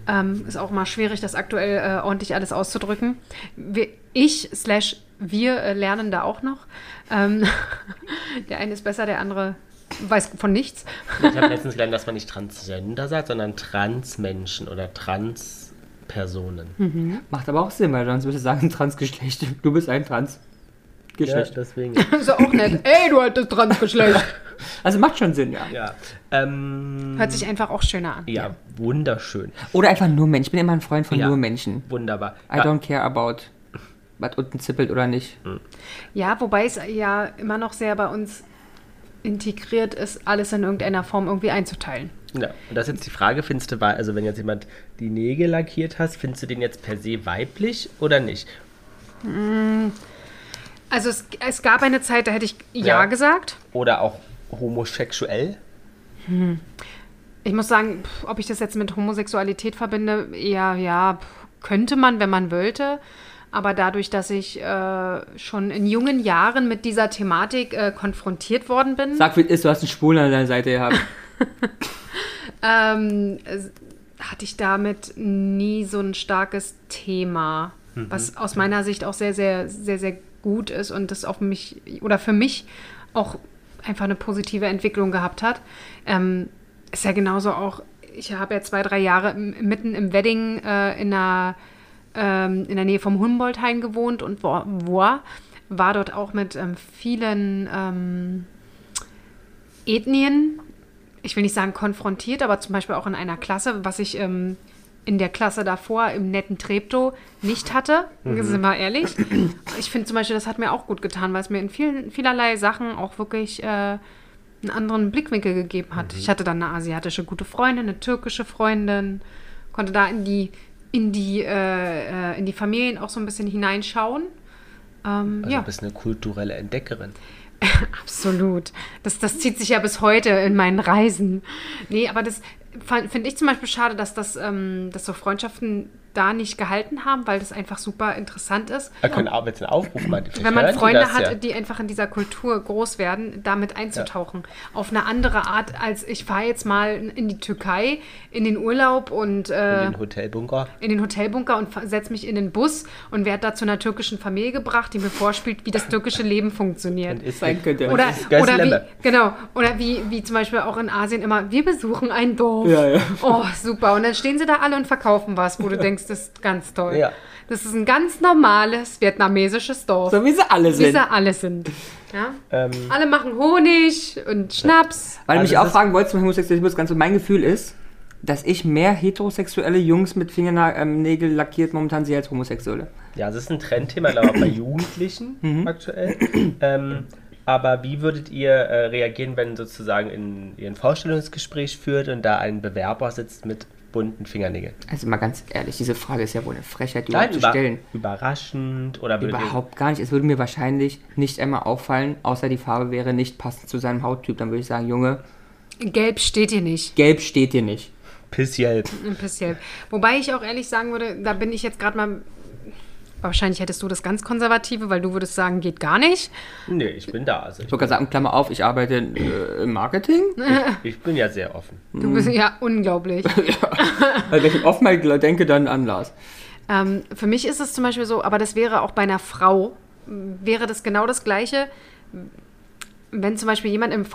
B: Ähm, ist auch mal schwierig, das aktuell äh, ordentlich alles auszudrücken. Wir, ich slash wir äh, lernen da auch noch. Ähm, der eine ist besser, der andere weiß von nichts.
C: Ich habe letztens gelernt, dass man nicht Transgender sagt, sondern Transmenschen oder Transpersonen.
A: Hm. Macht aber auch Sinn, weil sonst würdest du sagen, Transgeschlecht. Du bist ein Transgeschlecht.
C: Ja, deswegen.
B: Ist auch nett. Ey, du altes Transgeschlecht.
A: Also macht schon Sinn, ja.
C: Ja. Ähm,
B: Hört sich einfach auch schöner an.
C: ja, wunderschön.
A: Oder einfach nur Mensch. Ich bin immer ein Freund von
C: Ja.
A: nur Menschen.
C: Wunderbar.
A: I
C: Ja,
A: don't care about, was unten zippelt oder nicht.
B: Ja, wobei es ja immer noch sehr bei uns integriert ist, alles in irgendeiner Form irgendwie einzuteilen.
C: ja. Und das ist jetzt die Frage, findest du, wei- also wenn jetzt jemand die Nägel lackiert hast, findest du den jetzt per se weiblich oder nicht?
B: Also es, es gab eine Zeit, da hätte ich ja,
C: Ja.
B: gesagt.
C: Oder auch homosexuell?
B: Ich muss sagen, pf, ob ich das jetzt mit Homosexualität verbinde, eher ja, pf, könnte man, wenn man wollte. Aber dadurch, dass ich äh, schon in jungen Jahren mit dieser Thematik äh, konfrontiert worden bin,
A: Sag, wie es ist, du hast einen Schwulen an deiner Seite gehabt.
B: ähm, es- hatte ich damit nie so ein starkes Thema, was aus meiner Sicht auch sehr, sehr, sehr, sehr gut ist und das auf mich oder für mich auch einfach eine positive Entwicklung gehabt hat. Ähm, ist ja genauso auch, ich habe ja zwei, drei Jahre m- mitten im Wedding äh, in einer ähm, in der Nähe vom Humboldthain gewohnt und war, war, war dort auch mit ähm, vielen ähm, Ethnien ich will nicht sagen konfrontiert, aber zum Beispiel auch in einer Klasse, was ich ähm, in der Klasse davor im netten Treptow nicht hatte, sind wir ehrlich. Ich finde zum Beispiel, das hat mir auch gut getan, weil es mir in vielen, vielerlei Sachen auch wirklich äh, einen anderen Blickwinkel gegeben hat. Ich hatte dann eine asiatische gute Freundin, eine türkische Freundin, konnte da in die, in die, äh, äh, in die Familien auch so ein bisschen hineinschauen. Ähm,
C: Also
B: ja.
C: du bist eine kulturelle Entdeckerin.
B: Absolut. Das, das zieht sich ja bis heute in meinen Reisen. Nee, aber das finde ich zum Beispiel schade, dass, das, ähm, dass so Freundschaften da nicht gehalten haben, weil das einfach super interessant ist.
C: Wir können auch jetzt einen Aufruf machen. Vielleicht
B: Wenn man
C: hören die
B: Freunde
C: das
B: hat,
C: ja.
B: die einfach in dieser Kultur groß werden, damit einzutauchen. Auf eine andere Art, als ich fahre jetzt mal in die Türkei, in den Urlaub und äh,
C: in den Hotelbunker.
B: in den Hotelbunker und setze mich in den Bus und werde da zu einer türkischen Familie gebracht, die mir vorspielt, wie das türkische Leben funktioniert.
C: Ist
A: Sein könnte.
B: Oder,
C: ist das
B: oder
C: Dilemma.
B: wie, genau, oder wie, wie zum Beispiel auch in Asien immer, wir besuchen ein Dorf.
A: Ja, ja.
B: Oh, super. Und dann stehen sie da alle und verkaufen was, wo du denkst, das ist ganz toll.
C: Ja.
B: Das ist ein ganz normales vietnamesisches Dorf.
A: so wie sie alle
B: wie
A: sind.
B: sie alle sind. Ja?
C: Ähm,
B: Alle machen Honig und Schnaps.
A: Weil du
C: Also
A: mich
C: es
A: auch
C: ist-
A: fragen wolltest zum Homosexualismus, ganz so mein Gefühl ist, dass ich mehr heterosexuelle Jungs mit Fingernägel lackiert momentan sehe als Homosexuelle.
C: ja, es ist ein Trendthema, glaube ich, auch bei
B: Mhm.
C: Jugendlichen aktuell. Ähm, aber wie würdet ihr äh, reagieren, wenn sozusagen in ihr ein Vorstellungsgespräch führt und da ein Bewerber sitzt mit bunten Fingernägeln?
A: Also mal ganz ehrlich, diese Frage ist ja wohl eine Frechheit, die überhaupt zu
C: über-
A: stellen.
C: überraschend oder würdet ihr-
A: Überhaupt gar nicht. Es würde mir wahrscheinlich nicht einmal auffallen, außer die Farbe wäre nicht passend zu seinem Hauttyp. Dann würde ich sagen, Junge,
B: Gelb steht hier nicht.
A: gelb steht dir nicht.
C: Piss Yelp.
B: Ein bisschen. Wobei ich auch ehrlich sagen würde, da bin ich jetzt gerade mal wahrscheinlich hättest du das ganz Konservative, weil du würdest sagen, geht gar nicht.
C: Nee, ich bin da. Also
A: Ich wollte gerade sagen, Klammer auf, ich arbeite äh, im Marketing.
C: ich, ich bin ja sehr offen.
B: Du bist ja unglaublich.
A: Weil wenn ich offen denke, dann an Lars.
B: Ähm, für mich ist es zum Beispiel so, aber das wäre auch bei einer Frau, m, wäre das genau das Gleiche, m, wenn zum Beispiel jemand im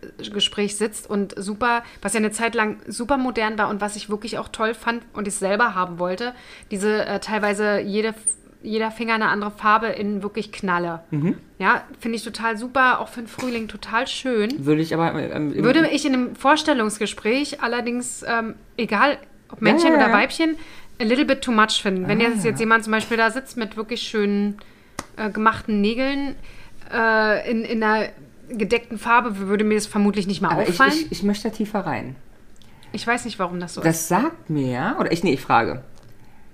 B: Vorstellungsgespräch sitzt und super, was ja eine Zeit lang super modern war und was ich wirklich auch toll fand und ich selber haben wollte, diese äh, teilweise jede, jeder Finger eine andere Farbe in wirklich Knalle. Ja, finde ich total super, auch für den Frühling total schön.
A: Würde ich aber. Ähm, im-
B: Würde ich in einem Vorstellungsgespräch allerdings, ähm, egal ob Männchen
A: Ja, ja,
B: oder
A: ja. Ah.
B: Weibchen, a little bit too much finden. Wenn jetzt, jetzt jemand zum Beispiel da sitzt mit wirklich schönen äh, gemachten Nägeln äh, in, in einer gedeckten Farbe, würde mir das vermutlich nicht mal
A: aber ich,
B: auffallen. Ich,
A: ich, ich möchte da tiefer rein.
B: weiß nicht, warum das so ist.
A: Das sagt mir ja, oder ich, nee, ich frage.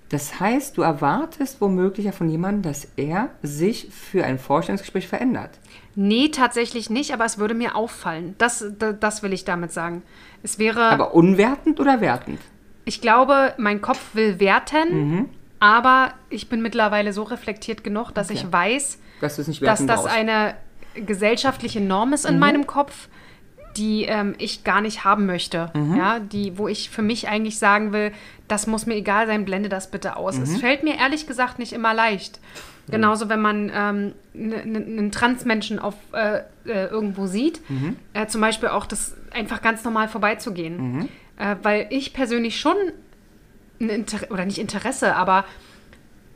A: Das heißt, du erwartest womöglich ja von jemandem, dass er sich für ein Vorstellungsgespräch verändert.
B: Nee, tatsächlich nicht, aber es würde mir auffallen. Das, das, das will ich damit sagen. Es wäre,
A: Aber unwertend oder wertend?
B: ich glaube, mein Kopf will werten,
A: Mhm.
B: aber ich bin mittlerweile so reflektiert genug, dass ich weiß,
A: Dass du es nicht
B: dass
A: werten
B: das
A: brauchst. Mhm.
B: eine gesellschaftliche Norm ist in meinem Kopf, die ähm, ich gar nicht haben möchte.
A: Mhm.
B: Ja, die, wo ich für mich eigentlich sagen will, das muss mir egal sein, blende das bitte aus.
A: Mhm.
B: Es fällt mir ehrlich gesagt nicht immer leicht. Genauso, wenn man ähm, ne- ne- einen Transmenschen auf äh, äh, irgendwo sieht,
A: Mhm.
B: äh, zum Beispiel auch das einfach ganz normal vorbeizugehen.
A: Mhm.
B: Äh, weil ich persönlich schon ein Inter oder nicht Interesse, aber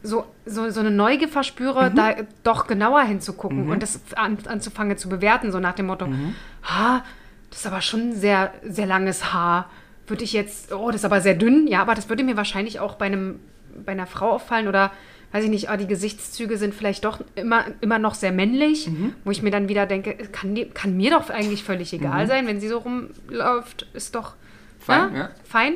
B: so, so, so eine Neugier verspüre,
A: Mhm.
B: da doch genauer hinzugucken und das an, anzufangen zu bewerten, so nach dem Motto,
A: Mhm.
B: ha, das ist aber schon sehr, sehr langes Haar. Würde ich jetzt, oh, das ist aber sehr dünn, ja, aber das würde mir wahrscheinlich auch bei einem, bei einer Frau auffallen oder weiß ich nicht, ah, die Gesichtszüge sind vielleicht doch immer, immer noch sehr männlich,
A: Mhm.
B: wo ich mir dann wieder denke, kann, die- kann mir doch eigentlich völlig egal sein, wenn sie so rumläuft, ist doch
A: Mhm. Fein,
B: ne?
A: ja.
B: fein.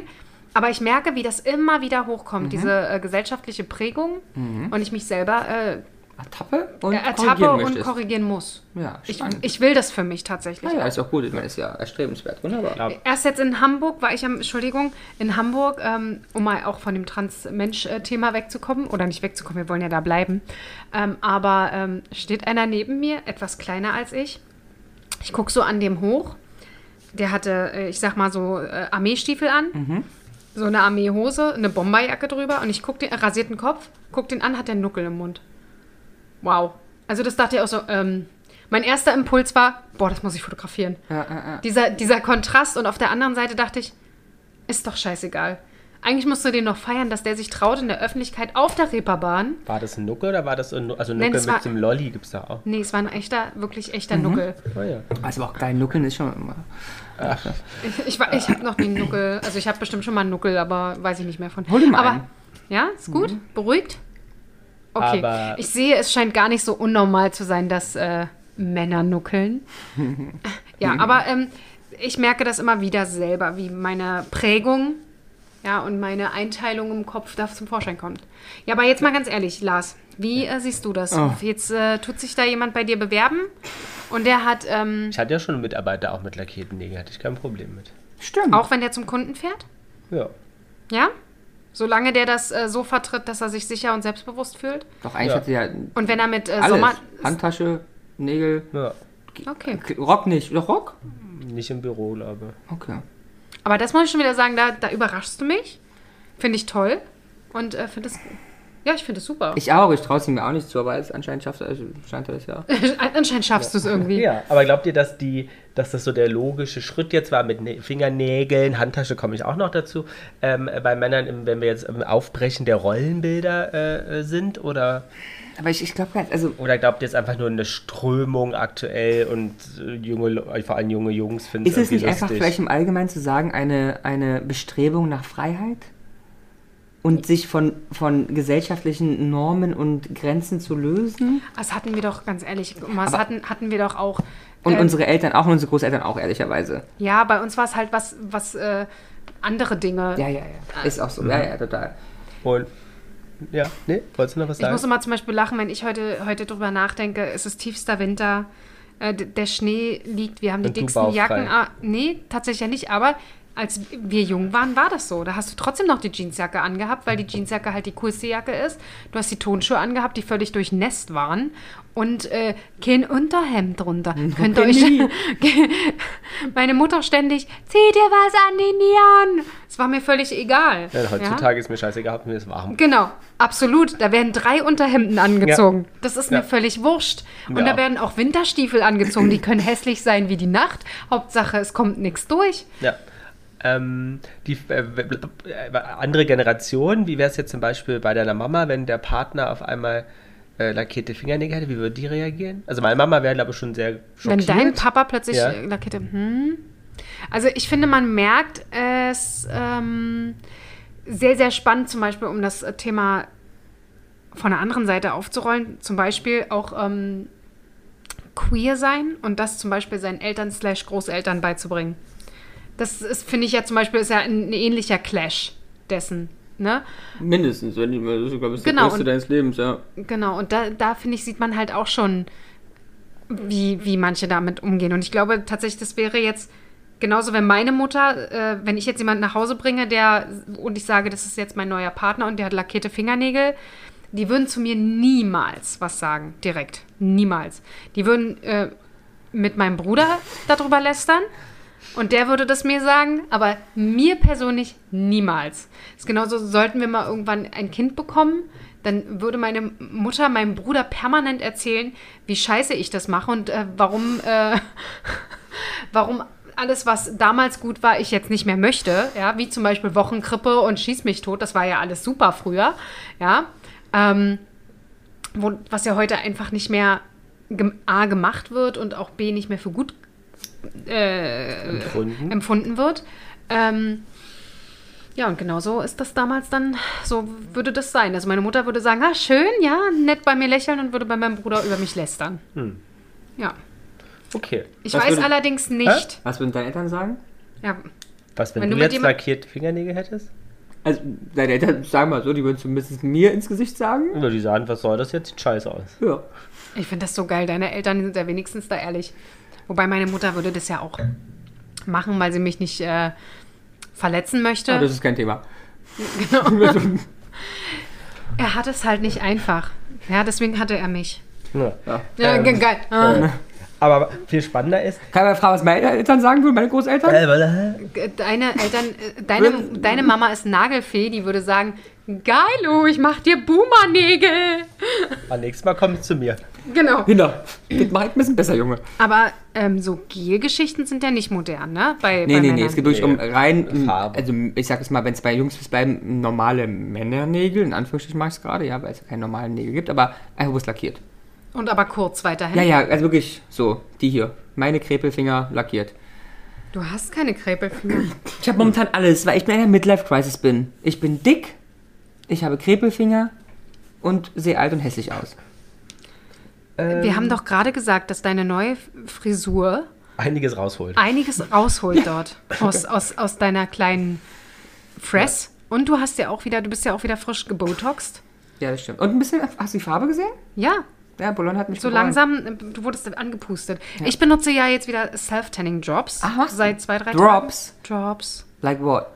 B: Aber ich merke, wie das immer wieder
A: Mhm.
B: hochkommt, diese äh, gesellschaftliche Prägung und ich mich selber äh,
A: Ertappe Mhm. und
B: ertappe
A: korrigieren
B: und
A: möchtest.
B: korrigieren muss.
A: Ja,
B: ich,
A: spannend.
B: ich will das für mich tatsächlich.
A: Ah ja, ist auch gut, ich meine, ist ja erstrebenswert. Wunderbar.
B: Erst jetzt in Hamburg war ich am, Entschuldigung, in Hamburg, ähm, um mal auch von dem Trans-Mensch-Thema wegzukommen, oder nicht wegzukommen, wir wollen ja da bleiben. Ähm, aber ähm, steht einer neben mir, etwas kleiner als ich. Ich gucke so an dem hoch. Der hatte, äh, ich sag mal so, äh, Armeestiefel an, so eine Armeehose, eine Bomberjacke drüber und ich gucke den, äh, rasierten Kopf, guck den an, hat der Nuckel im Mund. Wow. Also das dachte ich auch so, ähm, mein erster Impuls war, boah, das muss ich fotografieren. Dieser, dieser Kontrast und auf der anderen Seite dachte ich, ist doch scheißegal. Eigentlich musst du den noch feiern, dass der sich traut in der Öffentlichkeit auf der Reeperbahn.
C: War das ein Nucke oder war das ein, Nu- also
B: Nein,
C: Nucke
B: das war-
C: mit dem Lolli gibt's da auch?
B: Nee, es war ein echter, wirklich echter Nuckel.
C: Oh, ja.
A: Also aber auch geil, Nuckeln ist schon immer.
B: Ich, ich, war- ich habe noch nie einen Nuckel. Also ich habe bestimmt schon mal einen Nuckel, aber weiß ich nicht mehr von.
A: Hol dir mal
B: aber,
A: einen. Mhm.
B: Ja, ist gut? Beruhigt? Okay.
C: Aber-
B: ich sehe, es scheint gar nicht so unnormal zu sein, dass äh, Männer nuckeln. ja, aber ähm, ich merke das immer wieder selber, wie meine Prägung ja, und meine Einteilung im Kopf da zum Vorschein kommt. Ja, aber jetzt mal ganz ehrlich, Lars, wie äh, siehst du das?
A: Oh.
B: Jetzt äh, tut sich da jemand bei dir bewerben und der hat, ähm,
C: Ich hatte ja schon einen Mitarbeiter auch mit lackierten Nägeln, hatte ich kein Problem mit.
A: Stimmt.
B: auch wenn der zum Kunden fährt?
C: Ja.
B: Ja? Solange der das äh, so vertritt, dass er sich sicher und selbstbewusst fühlt.
A: Doch eigentlich
C: Ja.
A: hat sie ja
B: Und wenn er mit äh,
A: alles.
B: Sommer.
A: Handtasche, Nägel,
C: ja.
B: Okay.
A: Rock nicht. Doch Rock?
C: Nicht im Büro, glaube ich.
A: Okay.
B: Aber das muss ich schon wieder sagen, da, da überraschst du mich. Finde ich toll. Und äh, finde es. Ja, ich finde es super.
A: Ich auch, ich traue es ihm ja auch nicht zu, aber es anscheinend schafft er, scheint er das ja.
B: Anscheinend schaffst du es irgendwie.
C: Ja, aber glaubt ihr, dass, die, dass das so der logische Schritt jetzt war mit Nä- Fingernägeln, Handtasche komme ich auch noch dazu, ähm, bei Männern, im, wenn wir jetzt im Aufbrechen der Rollenbilder äh, äh, sind? Oder,
A: Aber ich, ich glaube ganz, also
C: oder glaubt ihr, es ist einfach nur eine Strömung aktuell und äh, junge, Le- vor allem junge Jungs finden
A: ist es nicht
C: irgendwie
A: einfach
C: lustig?
A: vielleicht im Allgemeinen zu sagen, eine, eine Bestrebung nach Freiheit? Und sich von, von gesellschaftlichen Normen und Grenzen zu lösen?
B: Das hatten wir doch, ganz ehrlich, guck mal, das
A: Aber-
B: hatten, hatten wir doch auch.
A: Und
B: äh,
A: unsere Eltern auch und unsere Großeltern auch, ehrlicherweise.
B: Ja, bei uns war es halt was, was äh, andere Dinge.
A: Ja, ja, ja. Ah. Ist auch so. Ja, ja, total.
C: Und, ja, nee, wolltest du noch was
B: Ich muss
C: sagen?
B: immer zum Beispiel lachen, wenn ich heute, heute drüber nachdenke, es ist tiefster Winter, äh, d- der Schnee liegt, wir haben die
C: Und du
B: dicksten
C: baufrei.
B: Jacken. Ah, nee, tatsächlich ja nicht, aber Als wir jung waren, war das so. Da hast du trotzdem noch die Jeansjacke angehabt, weil die Jeansjacke halt die coolste Jacke ist. Du hast die Tonschuhe angehabt, die völlig durchnässt waren und äh, kein Unterhemd drunter.
C: Mhm.
B: Könnt ihr euch. Meine Mutter ständig, zieh dir was an die Nieren. Es war mir völlig egal.
C: Ja, heutzutage ist mir scheißegal, ob mir ist warm.
B: Genau, absolut. Da werden drei Unterhemden angezogen. Das ist mir
C: Ja.
B: völlig wurscht. Und
C: Ja.
B: da werden auch Winterstiefel angezogen. Die können hässlich sein wie die Nacht. Hauptsache, es kommt nichts durch.
C: Ja. Ähm, die äh, äh, andere Generation, wie wäre es jetzt zum Beispiel bei deiner Mama, wenn der Partner auf einmal äh, lackierte Fingernägel hätte, wie würde die reagieren? Also meine Mama wäre, glaube ich, schon sehr
B: Wenn
C: schockiert.
B: dein Papa plötzlich
C: Ja.
B: äh, lackierte. Hm. Also ich finde, man merkt es ähm, sehr, sehr spannend, zum Beispiel, um das äh, Thema von der anderen Seite aufzurollen. Zum Beispiel auch ähm, queer sein und das zum Beispiel seinen Eltern slash Großeltern beizubringen. Das ist, finde ich ja zum Beispiel, ist ja ein, ein ähnlicher Clash dessen. Ne?
F: Mindestens, wenn ich mal, das ist, glaube ich, das
B: Genau,
F: Größte
B: und-
F: deines Lebens, ja.
B: Genau, und da, da finde ich, sieht man halt auch schon, wie, wie manche damit umgehen. Und ich glaube tatsächlich, das wäre jetzt genauso, wenn meine Mutter, äh, wenn ich jetzt jemanden nach Hause bringe, der und ich sage, das ist jetzt mein neuer Partner und der hat lackierte Fingernägel, die würden zu mir niemals was sagen, direkt. Niemals. Die würden äh, mit meinem Bruder darüber lästern. Und der würde das mir sagen, aber mir persönlich niemals. ist genauso, sollten wir mal irgendwann ein Kind bekommen, dann würde meine Mutter meinem Bruder permanent erzählen, wie scheiße ich das mache und äh, warum, äh, warum alles, was damals gut war, ich jetzt nicht mehr möchte. Ja, wie zum Beispiel Wochenkrippe und Schieß mich tot, das war ja alles super früher. Ja, ähm, wo, was ja heute einfach nicht mehr gem- A gemacht wird und auch B nicht mehr für gut
C: Empfunden.
B: empfunden wird. Ähm, ja, und genau so ist das damals dann, so würde das sein. Also meine Mutter würde sagen, ah, schön, ja, nett bei mir lächeln und würde bei meinem Bruder über mich lästern. Ja.
C: Okay.
B: Ich
F: Was
B: weiß
F: Hm. würde-
B: allerdings nicht.
F: Was würden deine Eltern sagen?
B: Ja,
C: Was, wenn,
B: Wenn
C: du,
B: du mit
C: jetzt
B: jemand-
C: lackierte Fingernägel hättest?
F: Also, deine Eltern, sagen wir mal so, die würden zumindest mir ins Gesicht sagen.
C: Würde die sagen, was soll das jetzt? Sieht scheiße aus.
F: Ja.
B: ich finde das so geil. Deine Eltern sind ja wenigstens da ehrlich. Wobei meine Mutter würde das ja auch machen, weil sie mich nicht äh, verletzen möchte.
A: Ah,
F: Aber Ah, das ist kein Thema.
B: er hat es halt nicht einfach. Ja, deswegen hatte er mich.
C: Ja.
B: Ja,
C: Ähm,
B: ge- geil.
F: äh,
B: Ah,
C: Aber viel spannender ist,
F: Kann man fragen, was meine Eltern sagen würden, meine Großeltern?
C: äh, weil, äh,
B: Deine Eltern, äh, deine, deine Mama ist Nagelfee, die würde sagen, geilo, ich mach dir Boomernägel.
C: beim nächsten Mal kommst du zu mir.
B: Genau.
F: Kinder, das
A: halt
F: mach ich ein bisschen besser, Junge.
B: Aber ähm, so Gelgeschichten sind ja nicht modern, ne? Bei,
F: Nee,
B: bei
F: nee,
B: Männern.
F: nee, es geht wirklich um
C: Nee.
F: rein, m,
C: Farbe.
F: also ich sag es mal, wenn es bei Jungs bis bleiben, normale Männernägel, in Anführungsstrichen mache ich es gerade, ja, weil es ja keine normalen Nägel gibt, aber einfach bloß lackiert.
B: Und aber kurz weiterhin.
F: Ja, ja, also wirklich so, die hier, meine Krepelfinger lackiert.
B: Du hast keine Krepelfinger.
F: Ich habe momentan alles, weil ich in einer Midlife-Crisis bin. Ich bin dick, ich habe Krepelfinger und sehe alt und hässlich aus. Äh.
B: Wir haben doch gerade gesagt, dass deine neue F- Frisur
C: Einiges
B: Ah,
C: rausholen.
B: einiges rausholt dort aus, aus, aus deiner kleinen Fress. Und du hast ja auch wieder, du bist ja auch wieder frisch gebotoxt.
F: Ja, das stimmt. Und ein bisschen, hast du die Farbe gesehen?
B: Ja,
F: Ja, Bolon hat mich
B: So
F: geboren.
B: langsam, äh, du wurdest angepustet. Ich benutze ja jetzt wieder Self-Tanning-Drops.
F: Ach, was?
B: Seit zwei, drei
F: Drops?
B: Tagen. Drops. Äh,
F: Like what?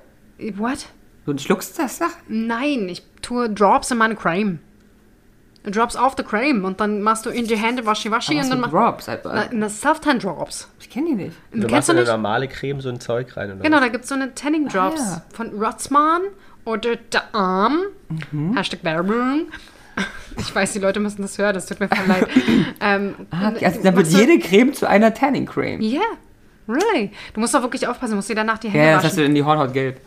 B: What?
F: Du schluckst das, sag?
B: Nein, ich tue Drops in meine Creme. Drops auf the Creme und dann machst du in die Hände waschi-waschi und
F: Was
B: dann
F: mit
B: machst
F: Drops? Also,
B: du Self-Tan-Drops.
F: Ich kenne die nicht.
C: du
B: Kennst
C: machst
B: du
C: in eine
B: nicht?
C: normale Creme so ein Zeug rein. Oder?
B: Genau, da gibt es so eine Tanning-Drops
F: Ah,
B: von Rotzmann oder der Arm. Hashtag Werbung. Ich weiß, die Leute müssen das hören, das tut mir voll leid. ähm,
F: Ah, also, dann wird
B: machst du-
F: jede Creme zu einer Tanning-Creme.
B: Ja, really. Du musst doch wirklich aufpassen, du musst dir danach die Hände
F: Ja, das hast
B: waschen.
F: du in die Hornhaut gelb.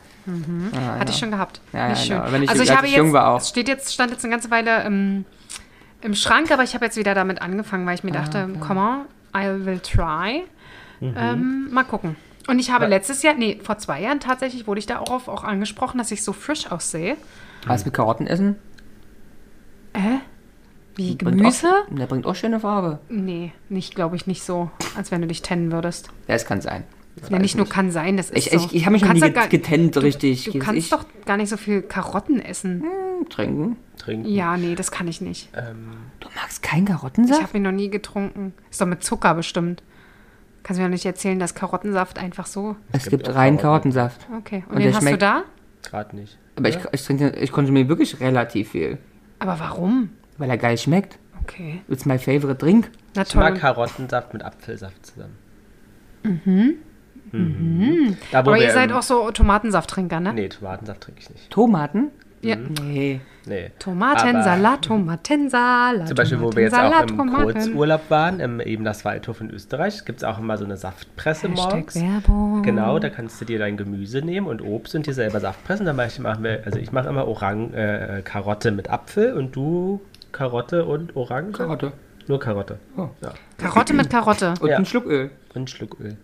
B: Hatte ich schon gehabt.
F: Ja,
B: Nicht
F: ja,
B: schön.
F: genau. Wenn ich-
B: also ich
F: als
B: habe
F: ich
B: jetzt,
F: jung war auch.
B: es steht jetzt, stand jetzt eine ganze Weile im, im Schrank, aber ich habe jetzt wieder damit angefangen, weil ich
F: Ah,
B: mir dachte, come on, I will try. Ähm, mal gucken. Und ich habe letztes Jahr, nee, vor zwei Jahren tatsächlich wurde ich da auch, auf, auch angesprochen, dass ich so frisch aussehe.
F: Was mit Karotten essen?
B: Wie
F: Bringt
B: Gemüse?
F: Auch, der bringt auch schöne Farbe.
B: Nee, nicht, glaube ich, nicht so, als wenn du dich tennen würdest.
F: Ja, es kann sein.
B: Ja, nicht nur kann sein, das ist
F: Ich,
B: so.
F: ich, ich habe mich
B: Du
F: noch nie
B: kannst
F: get-
B: doch gar-
F: getennt richtig.
B: Du kannst
F: ich,
B: doch gar nicht so viel Karotten essen.
F: trinken.
C: Trinken. Ähm,
B: Ja, nee, das kann ich nicht.
F: Du magst keinen Karottensaft?
B: Ich habe ihn noch nie getrunken. Ist doch mit Zucker bestimmt. Kannst du mir doch nicht erzählen, dass Karottensaft einfach so.
A: Es
C: gibt
A: gibt
C: auch
A: reinen
C: Karotten.
A: Karottensaft.
B: Okay. Und,
A: Und
B: den
A: der
B: hast du
A: schmeckt-
B: da?
C: Gerade nicht. Ne?
A: Aber ich, ich, trinke, ich konsumiere wirklich relativ viel,
B: Aber warum?
A: weil er geil schmeckt.
B: Okay.
A: It's my favorite drink.
B: Na
C: Ich mag
B: toll.
C: Karottensaft mit Apfelsaft zusammen. Mhm. mhm. Da, wo
B: Aber
C: wir
B: ihr seid
C: im-
B: auch so Tomatensafttrinker, ne?
C: Nee, Tomatensaft trinke ich nicht.
A: Tomaten?
B: Ja.
A: Nee.
C: Nee.
B: Tomaten,
C: Aber-
B: Salat, Tomaten, Salat.
C: Zum Beispiel, wo wir jetzt
B: Tomaten,
C: auch im
B: Tomaten.
C: Kurzurlaub waren, im eben das Waldhof in Österreich, gibt es auch immer so eine Saftpresse
B: Hashtag
C: morgens.
B: Werbung.
C: Genau, da kannst du dir dein Gemüse nehmen und Obst und dir selber Saft pressen. Dann mache ich, machen wir, also ich mache immer Orang äh, Karotte mit Apfel und du Karotte und Orange.
A: Karotte.
C: Nur Karotte.
B: Karotte mit Karotte.
A: Und
C: Ja.
A: einen Schluck Öl.
C: Und einen Schluck Öl.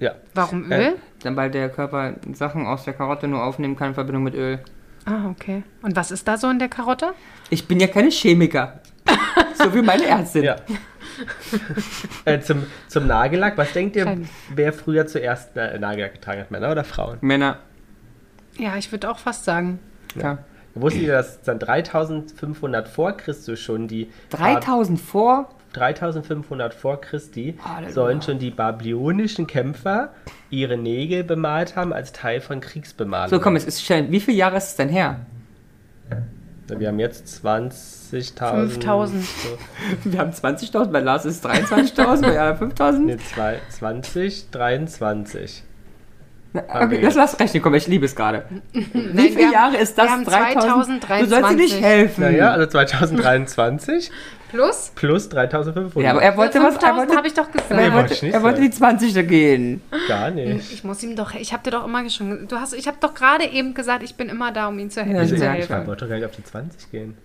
C: Ja.
B: Warum Öl?
C: Äh,
A: Dann, weil der Körper Sachen aus der Karotte nur aufnehmen kann in Verbindung mit Öl.
B: Ah, okay. Und was ist da so in der Karotte?
A: Ich bin ja keine Chemiker. so wie meine Ärztin.
C: Ja. äh, zum, zum Nagellack. Was denkt ihr,
B: Klein.
C: wer früher zuerst äh, Nagellack getragen hat, Männer oder Frauen?
A: Männer.
B: Ja, ich würde auch fast sagen.
A: Ja.
C: Wusstet ihr, dass dann 3500 vor Christus schon die
A: 3000 vor.
C: 3500 vor Christi
A: Halleluja.
C: sollen schon die babylonischen Kämpfer ihre Nägel bemalt haben als Teil von Kriegsbemalung.
A: So, komm, es ist schnell. Wie viele Jahre ist es denn her?
C: Wir haben jetzt 20.000.
B: 5000.
C: So,
A: Wir haben 20.000, bei Lars ist 23.000, bei Jana 5.000.
C: nee, zwei- 20, 23.
A: Na,
C: haben
A: Okay,
C: wir
A: lass, lass rechnen, komm, ich liebe es gerade. Wie
B: wir
A: viele
B: haben-
A: Jahre ist das?
B: wir haben
A: 3000? Du sollst
B: 2023.
A: dir nicht helfen.
C: Naja, also 2023
B: Plus?
C: plus 3500.
A: Ja, aber er wollte was. Er
B: 5000
A: wollte,
B: habe ich doch
A: aber er
B: gesagt.
C: wollte
A: wollte,
C: nicht
A: er wollte die 20er gehen.
C: Gar nicht.
B: Ich muss ihm doch, ich habe dir doch immer schon, du hast, ich habe doch gerade eben gesagt, ich bin immer da, um ihm zu
A: Ja,
B: helfen.
A: ich
B: zu
A: merk
B: helfen.
C: Ich wollte doch gar nicht auf die 20 gehen.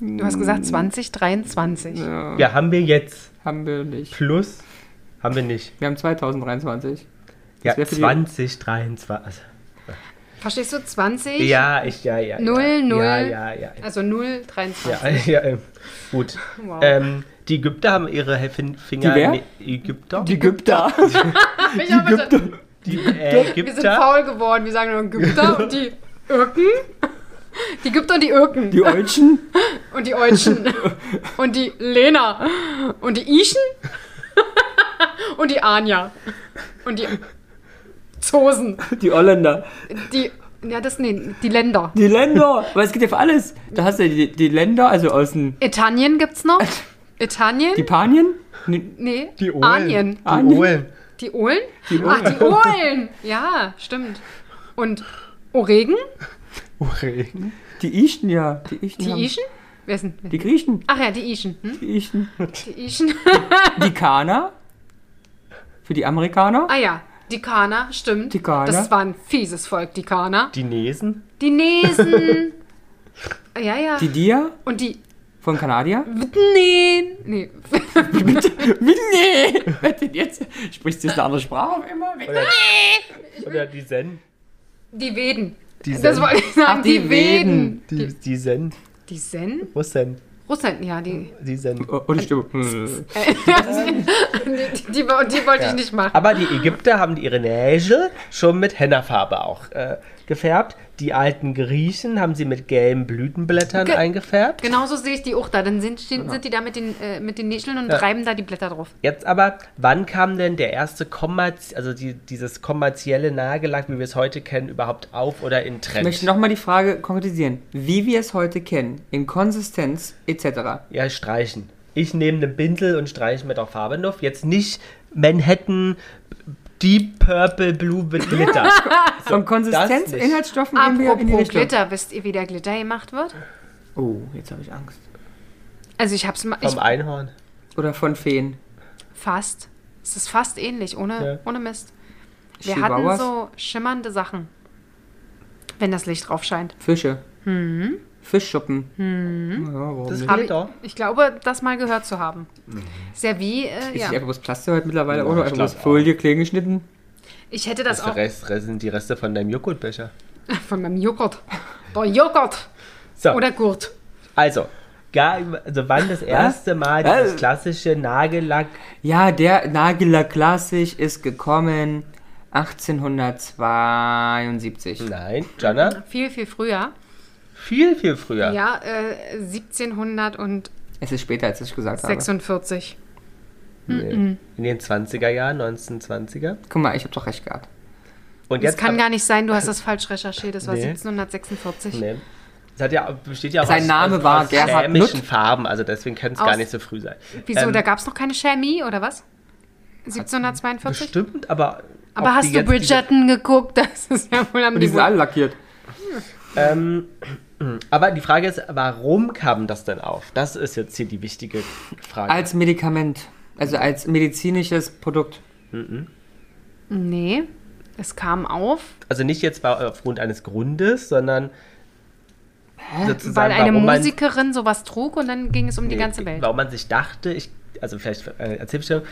B: Du hast gesagt 2023.
C: Ja, haben wir jetzt
A: Haben wir nicht.
C: plus. Haben wir nicht.
A: Wir haben 2023.
C: Ja,
A: wär für die-
C: 2023.
B: Verstehst du? 20,
C: Ja, ich, ja, ja.
B: Null,
C: ja,
B: null.
C: Ja, ja, ja. ja.
B: also 0, 23.
C: Ja, ja, ähm, gut.
B: Wow.
C: Ähm, die Ägypter haben ihre Hef- Finger.
A: Die wer?
C: Nee, Ägypter?
A: Die Ägypter.
B: ich hab gesagt,
C: Die äh,
B: wir sind
C: Ägypter.
B: faul geworden, wir sagen nur Ägypter und die Irken. Die Ägypter und die Irken.
A: Die Eutschen.
B: Und die Eutschen. und die Lena. Und die Ischen. und die Anja. Und die Zosen.
A: Die Holländer.
B: Die. Ja, das nee, die Länder.
A: Die Länder. Aber es geht ja für alles. Da hast du die, die Länder, also aus den.
B: Italien gibt's noch. Italien?
A: Die Panien? Nee,
B: nee,
C: Die Ohlen.
B: Anien.
A: Ah,
C: Die Ohlen.
B: Die Ohlen? Ach, die Ohlen. Ja, stimmt. Und Oregen?
C: Uregen.
A: Die Ischen, ja. Die Ischen.
B: Die
A: haben-
B: Ischen? Wer ist denn?
A: Die Griechen.
B: Ach ja, die Ischen. Hm?
A: Die Ischen.
B: Die Ischen.
A: Die Kana. Für die Amerikaner.
B: ah ja, die Kana, stimmt.
A: Die Kana.
B: Das war ein fieses Volk, die Kana.
C: Die Nesen.
B: Die Nesen. ja, ja.
A: Die Dia
B: Und die
A: von Kanadier.
B: Nee. Nee.
A: Nee. Wer denn jetzt? Sprichst du jetzt eine andere Sprache auf immer?
C: Oder die Zen.
B: Die Weden.
C: Die
B: Das wollte ich sagen.
A: Ach,
B: die,
A: die
B: Weden.
C: Die, die Zen.
B: Die Zen?
C: Wo ist Zen?
B: Russland, ja, die.
C: Die Zen.
A: Oh, und ich stimme.
B: Die, die, und die wollte ich nicht machen.
C: Aber die Ägypter haben ihre Nägel schon mit Hennafarbe auch äh, gefärbt. Die alten Griechen haben sie mit gelben Blütenblättern
B: Ge-
C: eingefärbt.
B: Genauso sehe ich die auch da. Dann sind, stehen, sind die da mit den, äh, mit den Näscheln und reiben da die Blätter drauf.
C: Jetzt aber, wann kam denn der erste Kommerz, also die, dieses kommerzielle Nagellack, wie wir es heute kennen, überhaupt auf oder in
A: Ich
C: Trend?
A: möchte nochmal die Frage konkretisieren. Wie wir es heute kennen, in Konsistenz etc.
C: Ja, streichen. Ich nehme eine Bindel und streiche mit auch Farbe drauf. Jetzt nicht Manhattan Deep Purple Blue mit Glitter.
A: Von Konsistenz,
C: das nicht.
A: Inhaltsstoffen gehen wir in die
B: Apropos
A: Richtung.
B: Glitter, wisst ihr, wie der Glitter gemacht wird?
A: Oh, jetzt habe ich Angst.
B: Also ich hab's mal. Ich,
C: Vom Einhorn.
A: Oder von Feen.
B: fast. Es ist fast ähnlich, ohne,
C: Ja.
B: ohne Mist. Wir hatten
A: Chihuahuas?
B: so schimmernde Sachen. Wenn das Licht drauf scheint.
A: Fische. Hm. Fischschuppen. Ja, warum
C: Das
A: nicht?
B: Hab
C: geht doch.
B: Ich, ich glaube, das mal gehört zu haben.
C: Mhm.
B: Ist ja wie, äh,
A: Ist
B: ja.
A: nicht einfach bloß Plastik heute mittlerweile
C: Ja,
A: oder
C: ich
A: einfach bloß
C: glaub
A: Folie klein geschnitten?
B: Ich hätte das
C: Das ist der
B: auch
C: Rest, das sind die Reste von deinem Joghurtbecher.
B: von meinem Joghurt. Der Joghurt
C: So,
B: oder Gurt.
C: also, gar, also wann das erste Mal dieses
A: Was?
C: klassische Nagellack
A: Ja, der Nagellack Klassik ist gekommen 1872.
C: Nein, Jana,
B: Viel, viel früher.
C: viel, viel früher.
B: Ja, äh, 1746.
A: Es ist später, als ich gesagt habe.
C: Nee. In den 20er Jahren, 1920er.
A: Guck mal, ich habe doch recht gehabt.
C: Und
B: Das
C: jetzt
B: kann
C: ab-
B: gar nicht sein, du hast das falsch recherchiert. Das war
C: Nee.
B: 1746.
C: Nee. Es hat ja, besteht ja auch
A: Sein
C: aus,
A: Name
C: aus,
A: war
C: aus
A: Gerhard
C: flämischen
A: Nutt.
C: Farben, also deswegen kann es
B: Aus-
C: gar nicht so früh sein.
B: Wieso?
C: Ähm,
B: da gab es noch keine Chemie oder was? 1742?
C: Bestimmt, aber. ob
B: Aber
C: die
B: hast du
C: jetzt diese-
B: Bridgerton geguckt? Das ist ja wohl am
A: Und die sind
B: Niveau.
A: alle lackiert.
C: Ähm, aber die Frage ist, warum kam das denn auf? Das ist jetzt hier die wichtige Frage.
A: Als Medikament, also als medizinisches Produkt.
B: Nee, es kam auf,
C: also nicht jetzt bei- aufgrund eines Grundes, sondern sozusagen,
B: weil eine
C: warum man-
B: Musikerin sowas trug und dann ging es um die
C: nee,
B: ganze Welt.
C: Warum man sich dachte, ich, also vielleicht äh, Erzählstellung,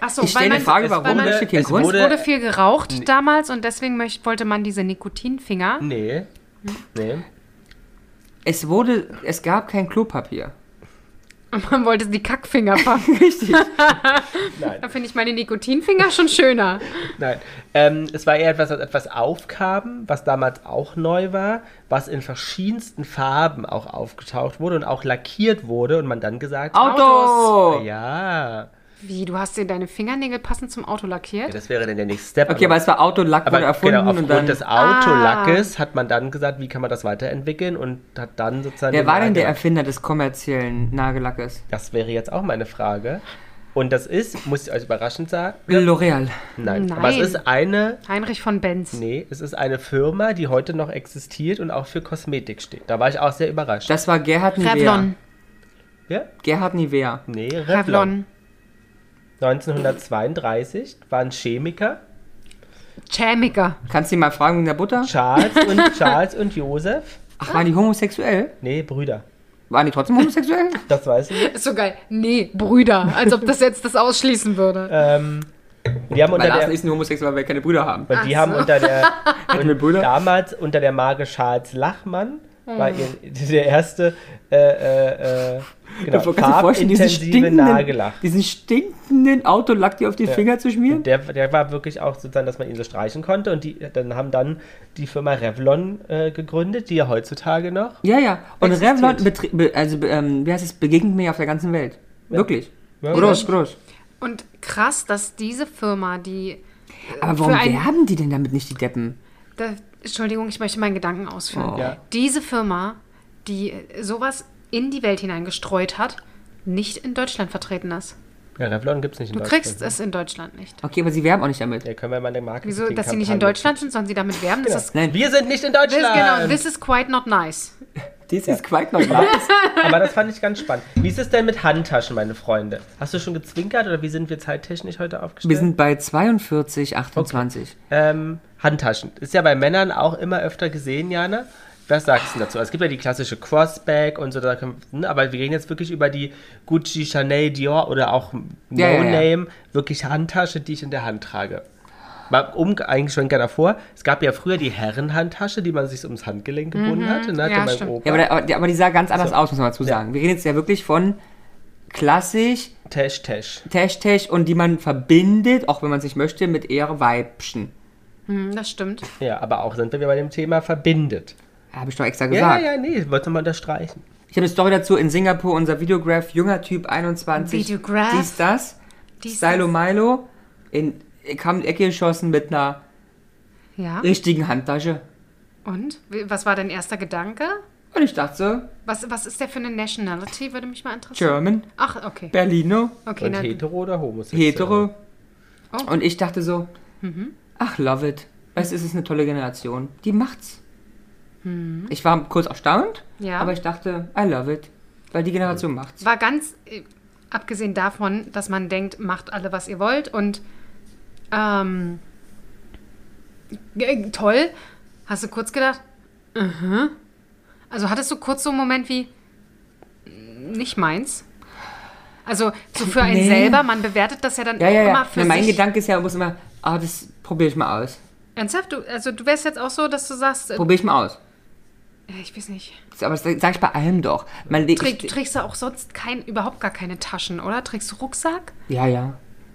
B: Achso,
A: Ich stelle die Frage, warum
B: man,
A: der
B: es
A: Stückchen
C: es
A: Grund?
C: wurde-
B: wurde viel geraucht damals und deswegen möcht, wollte man diese Nikotinfinger.
C: nee,
B: Hm?
C: nee,
A: Es wurde, es gab kein Klopapier.
B: Und man wollte die Kackfinger fangen.
A: Richtig.
B: da finde ich meine Nikotinfinger schon schöner.
C: nein. Ähm, es war eher etwas, was etwas aufkam, was damals auch neu war, was in verschiedensten Farben auch aufgetaucht wurde und auch lackiert wurde und man dann gesagt hat,
A: Auto!
C: ja,
B: Wie, du hast dir deine Fingernägel passend zum Auto lackiert?
C: ja, das wäre dann der nächste Step.
A: Okay, aber es war Autolack,
C: Aber
A: wurde erfunden
C: genau,
A: und
C: aufgrund
A: dann.
C: des
B: Ah.
C: Autolackes hat man dann gesagt, wie kann man das weiterentwickeln und hat dann sozusagen...
A: Wer
C: den
A: war denn der
C: Nagel-
A: Erfinder des kommerziellen Nagellackes?
C: Das wäre jetzt auch meine Frage. Und das ist, muss ich euch überraschend sagen,
A: L'Oreal.
C: nein.
B: Nein.
C: Aber es ist eine,
B: Heinrich von Benz.
C: nee, es ist eine Firma, die heute noch existiert und auch für Kosmetik steht. Da war ich auch sehr überrascht.
A: Das war Gerhard Nivea.
B: Revlon.
C: ja?
A: Gerhard Nivea.
C: Nee, Revlon.
B: Revlon.
C: 1932 waren Chemiker
B: Chemiker.
A: Kannst du ihn mal fragen wegen der Butter?
C: Charles und, Charles und Josef.
A: Ach, waren die homosexuell?
C: Nee, Brüder.
A: Waren die trotzdem homosexuell?
C: Das weiß ich.
B: Ist so geil. Nee, Brüder. Als ob das jetzt das ausschließen würde.
C: Ähm, die haben
A: Weil
C: unter
A: Lars
C: der,
A: ist nur homosexuell, weil wir keine Brüder haben.
C: Und die haben unter der
A: wir
C: und
A: Brüder?
C: damals unter der Marke Charles Lachmann war
B: Hm.
C: ihr, der erste äh, äh, äh, genau,
A: Kannst du dir vorstellen, diesen
C: farbintensive
A: stinkenden,
C: Nagellack.
A: diesen stinkenden Autolack dir auf die Finger zu schmieren?
C: Der, der war wirklich auch sozusagen, dass man ihn so streichen konnte und die dann haben dann die Firma Revlon äh, gegründet, die ja heutzutage noch.
A: Ja, ja. Und
C: Existiert.
A: Revlon, betrie- be also, be- ähm, wie heißt es, begegnet mir auf der ganzen Welt. Wirklich.
C: Ja.
A: Groß, groß.
B: Und krass, dass diese Firma, die.
A: Aber warum
B: ein-
A: werben die denn damit nicht die Deppen?
B: Da, Entschuldigung, ich möchte meinen Gedanken ausführen.
C: Oh. Ja.
B: Diese Firma, die sowas in die Welt hineingestreut hat, nicht in Deutschland vertreten ist.
C: Ja, Revlon gibt es nicht in
B: Du
C: Deutschland.
B: kriegst es in Deutschland nicht.
A: Okay, aber sie werben auch nicht damit.
C: Ja, können wir mal eine Marke
B: Wieso, dass sie nicht in Deutschland sind, sollen sie damit werben? Das ist
A: Nein,
C: Wir sind nicht in Genau. Deutschland!
B: this, genau, this is quite not nice.
A: das ist quite noch nice.
C: Aber das fand ich ganz spannend. Wie ist es denn mit Handtaschen, meine Freunde? Hast du schon gezwinkert oder wie sind wir zeittechnisch heute aufgestellt?
A: Wir sind bei 42, 28.
C: Ähm, Handtaschen. Ist ja bei Männern auch immer öfter gesehen, Jana. Was sagst du dazu? Also, Es gibt ja die klassische Crossback und so, da können, ne, aber wir reden jetzt wirklich über die Gucci, Chanel, Dior oder auch No
A: Ja, ja, ja.
C: Name, wirklich Handtasche, die ich in der Hand trage. Mal Um, eigentlich schon gerne davor. Es gab ja früher die Herrenhandtasche, die man sich so ums Handgelenk gebunden hatte. Ne, hatte
B: Ja,
C: mein
B: stimmt.
C: Opa.
A: Mhm. Ja, aber, aber, die- aber die sah ganz anders
C: So.
A: aus, muss man dazu sagen. Wir reden jetzt ja wirklich von klassisch
C: Tash, Tash.
A: Tash-Tash und die man verbindet, auch wenn man es nicht möchte, mit eher Weibchen.
B: Hm, Das stimmt.
C: Ja, aber auch sind wir wieder bei dem Thema verbindet.
A: Habe ich doch extra
C: Ja,
A: gesagt.
C: ja, ja, nee, ich wollte es nochmal unterstreichen.
A: Ich habe eine Story dazu in Singapur, unser Videograph, junger Typ, 21.
B: Videograph?
A: Dies, das.
B: Dies,
A: Stylo Milo in, kam in die Ecke geschossen mit einer
B: Ja.
A: richtigen Handtasche.
B: Und? Wie- Was war dein erster Gedanke?
A: Und ich dachte so,
B: Was, was ist der für eine Nationality, würde mich mal interessieren.
A: German,
B: Ach, okay.
A: Berlino,
B: Okay,
C: Und
B: na,
C: hetero oder homosexuell?
A: hetero.
B: Oh. Mhm.
A: Und ich dachte so, ach, love it. Es ist eine tolle Generation. Die macht's. Ich war kurz erstaunt,
B: Mhm. Ja.
A: aber ich dachte, I love it. Weil die Generation macht's.
B: war ganz, äh, abgesehen davon, dass man denkt, macht alle, was ihr wollt und ähm, g- äh, toll, hast du kurz gedacht, mhm. also hattest du kurz so einen Moment wie, mm, nicht meins. Also so für einen
A: Nee.
B: selber, man bewertet das ja dann
A: Ja,
B: auch
A: ja,
B: immer
A: ja.
B: für
A: Na, mein
B: sich.
A: Gedanke ist ja, man muss immer, ah, das probiere ich mal aus.
B: Ernsthaft, du, also du wärst jetzt auch so, dass du sagst, äh,
A: Probiere ich mal aus.
B: ich weiß nicht,
A: Aber das sage ich bei allem doch. Man legt.
B: Träg, du trägst ja auch sonst kein, überhaupt gar keine Taschen, oder? Trägst du Rucksack?
A: Ja, ja.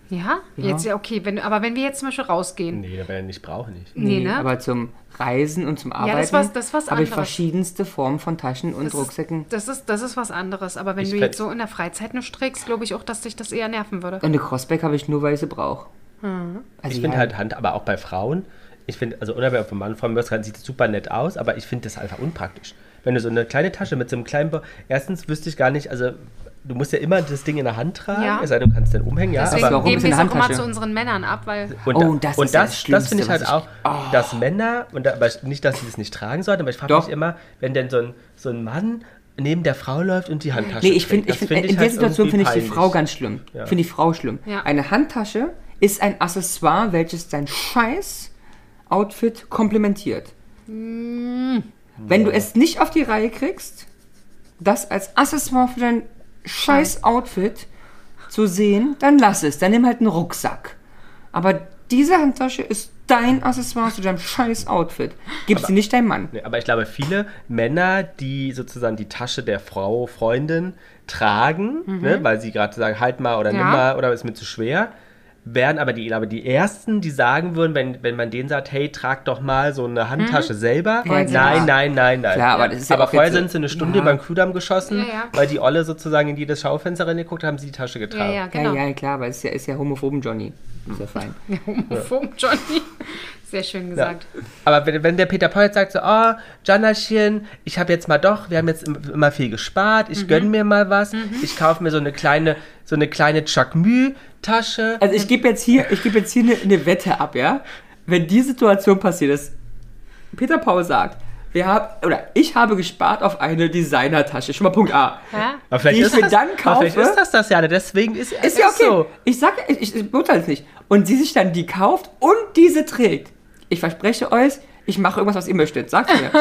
B: Ja? Jetzt, ja, okay, wenn, aber wenn wir jetzt zum Beispiel rausgehen.
C: Nee, wenn ich brauche nicht.
B: Nee, ne?
A: Aber zum Reisen und zum Arbeiten
B: Ja, das was- das ist was
A: habe ich
B: anderes.
A: verschiedenste Formen von Taschen und
B: Das ist-
A: Rucksäcken.
B: Das ist, das ist was anderes. Aber wenn
C: Ich
B: du
C: fänd-
B: jetzt so in der Freizeit nur strickst, glaube ich auch, dass dich das eher nerven würde.
A: Und eine Crossback habe ich nur, weil ich sie brauche.
B: Ah.
A: Also
C: Ich finde halt Hand, aber auch bei Frauen, ich finde, also unabhängig von Mann, Frau Mörskan sieht super nett aus, aber ich finde das einfach unpraktisch. Wenn du so eine kleine Tasche mit so einem kleinen, Bo erstens wüsste ich gar nicht, also du musst ja immer das Ding in der Hand tragen,
B: Ja.
C: es sei denn, du kannst den umhängen, ja,
B: Deswegen
A: aber warum
B: geben
A: ist
B: wir
A: in
B: es
A: der
B: auch immer
A: Handtasche?
B: zu unseren Männern ab, weil
C: Und,
A: Oh,
C: da-
A: das
C: und
A: ist ja
C: das,
A: das
C: das finde ich halt
A: Schlimmste,
C: auch,
A: was Oh.
C: dass Männer, und da, aber nicht, dass sie das nicht tragen sollten, aber ich frage
A: Doch.
C: mich immer, wenn denn so ein, so ein Mann neben der Frau läuft und die Handtasche
A: Nee, ich finde,
C: trägt.
A: ich
C: Das
A: find, in der
C: halt
A: Situation finde
C: irgendwie
A: ich die
C: peinlich.
A: Frau ganz schlimm.
C: Ja.
A: Finde die Frau schlimm.
B: Ja.
A: Eine Handtasche ist ein Accessoire, welches dein scheiß Outfit komplementiert.
B: Mm.
A: Wenn du es nicht auf die Reihe kriegst, das als Accessoire für dein scheiß Outfit zu sehen, dann lass es. Dann nimm halt einen Rucksack. Aber diese Handtasche ist dein Accessoire zu deinem scheiß Outfit. Gib sie nicht deinem Mann.
C: Nee, aber ich glaube, viele Männer, die sozusagen die Tasche der Frau, Freundin tragen, ne, weil sie gerade sagen, halt mal oder
B: Mhm. Ja.
C: nimm mal oder ist mir zu schwer, wären aber die, aber die ersten, die sagen würden, wenn, wenn man denen sagt, hey, trag doch mal so eine
B: Mhm.
C: Handtasche selber.
A: Ja,
C: nein,
A: klar.
C: nein, nein, nein.
A: Klar, aber das ist ja auch
C: vorher
A: jetzt so-
C: sind sie eine Stunde über den Kudamm geschossen,
B: Ja, ja.
C: weil die Olle sozusagen in jedes Schaufenster reingeguckt haben, sie die Tasche
B: ja,
C: getragen.
B: ja,
A: Ja,
B: genau.
A: ja, klar, aber es ist ja, ist ja homophoben Johnny. Ist ja fein.
B: Homophob, Johnny. Sehr schön gesagt.
C: Aber wenn, wenn der Peter Paul jetzt sagt so, oh, Janaschen, ich habe jetzt mal doch, wir haben jetzt im- immer viel gespart, ich gönn
A: Mhm.
C: mir mal was, ich kaufe mir so eine kleine, so eine kleine Chakmü-Tasche.
A: Also ich gebe jetzt hier, ich gebe jetzt hier eine, eine Wette ab, ja? Wenn die Situation passiert, dass Peter Paul sagt, wir haben oder ich habe gespart auf eine Designertasche. Schon mal Punkt A.
B: Ja?
C: aber
A: die ich mir
C: das,
A: dann
C: aber vielleicht
A: kaufe-
C: ist das das ja, ne? deswegen ist,
A: Ist ja okay.
C: so.
A: Ich sage, ich, ich beurteile es nicht. Und sie sich dann die kauft und diese trägt. Ich verspreche euch, ich mache irgendwas, was ihr möchtet. Sagt mir.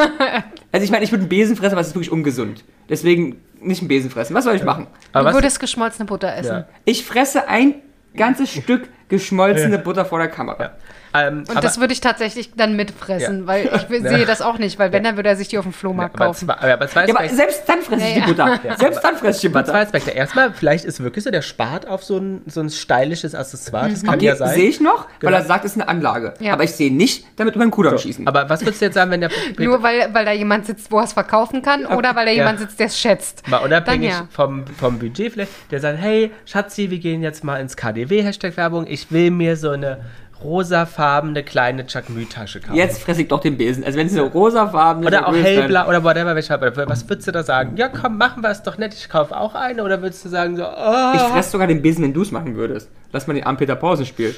A: also ich meine, ich würde einen Besen fressen, aber es ist wirklich ungesund. Deswegen nicht einen Besen fressen. Was soll ich machen?
C: Aber
B: Du
C: was,
B: würdest geschmolzene Butter essen.
A: Ich fresse ein ganzes Stück geschmolzene Butter vor der Kamera.
C: ähm,
B: Und
C: aber,
B: das würde ich tatsächlich dann mitfressen,
C: Ja.
B: weil ich will- sehe das auch nicht, weil wenn, dann würde er sich die auf dem Flohmarkt
C: aber,
B: kaufen.
C: zwei, aber zwei
A: Ja, aber
C: Aspekte-
A: selbst dann fresse ich
B: Ja,
A: die Butter. Selbst dann fresse ich die
C: aber
A: Butter.
C: zwei Aspekte. Erstmal, vielleicht ist wirklich so der Spart auf so ein, so ein stylisches Accessoire, das kann ja sein.
A: Mhm. Sehe ich noch, weil
C: Genau.
A: er sagt, es ist eine Anlage.
B: Ja.
A: Aber ich sehe nicht, damit über den Kudamm schießen.
C: Aber was würdest du jetzt sagen, wenn der Peter
B: Nur weil, weil da jemand sitzt, wo er es verkaufen kann oder weil da jemand sitzt, der es schätzt.
C: Mal unabhängig
B: Dann ja.
C: vom, vom Budget vielleicht, der sagt, hey, Schatzi, wir gehen jetzt mal ins KDW, Hashtag Werbung, ich will mir so eine rosafarbene kleine Chakmü-Tasche kaufen.
A: Jetzt fresse ich doch den Besen. Also wenn es eine rosafarbene
C: Oder auch
A: Besen-
C: hellblau oder whatever, welcher, was würdest du da sagen? Ja, komm, machen wir es doch nett, ich kaufe auch eine. Oder würdest du sagen so, oh,
A: Ich fresse sogar den Besen, wenn du es machen würdest. Lass mal den armen Peter Pausen spielen.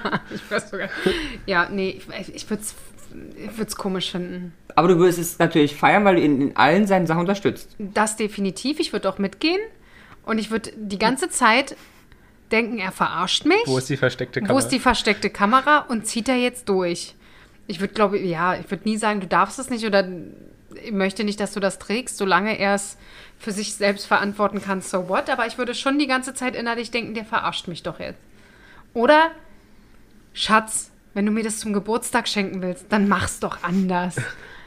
B: Ja, nee, ich, ich würde es ich würd's komisch finden.
A: Aber du würdest es natürlich feiern, weil du ihn in allen seinen Sachen unterstützt.
B: Das definitiv. Ich würde auch mitgehen. Und ich würde die ganze Zeit denken, er verarscht mich.
C: wo ist die versteckte Kamera?
B: Wo ist die versteckte Kamera und zieht er jetzt durch? Ich würde, glaube ja, ich würde nie sagen, du darfst es nicht oder ich möchte nicht, dass du das trägst, solange er es für sich selbst verantworten kann, so what? Aber ich würde schon die ganze Zeit innerlich denken, der verarscht mich doch jetzt. Oder, Schatz, wenn du mir das zum Geburtstag schenken willst, dann mach's doch anders.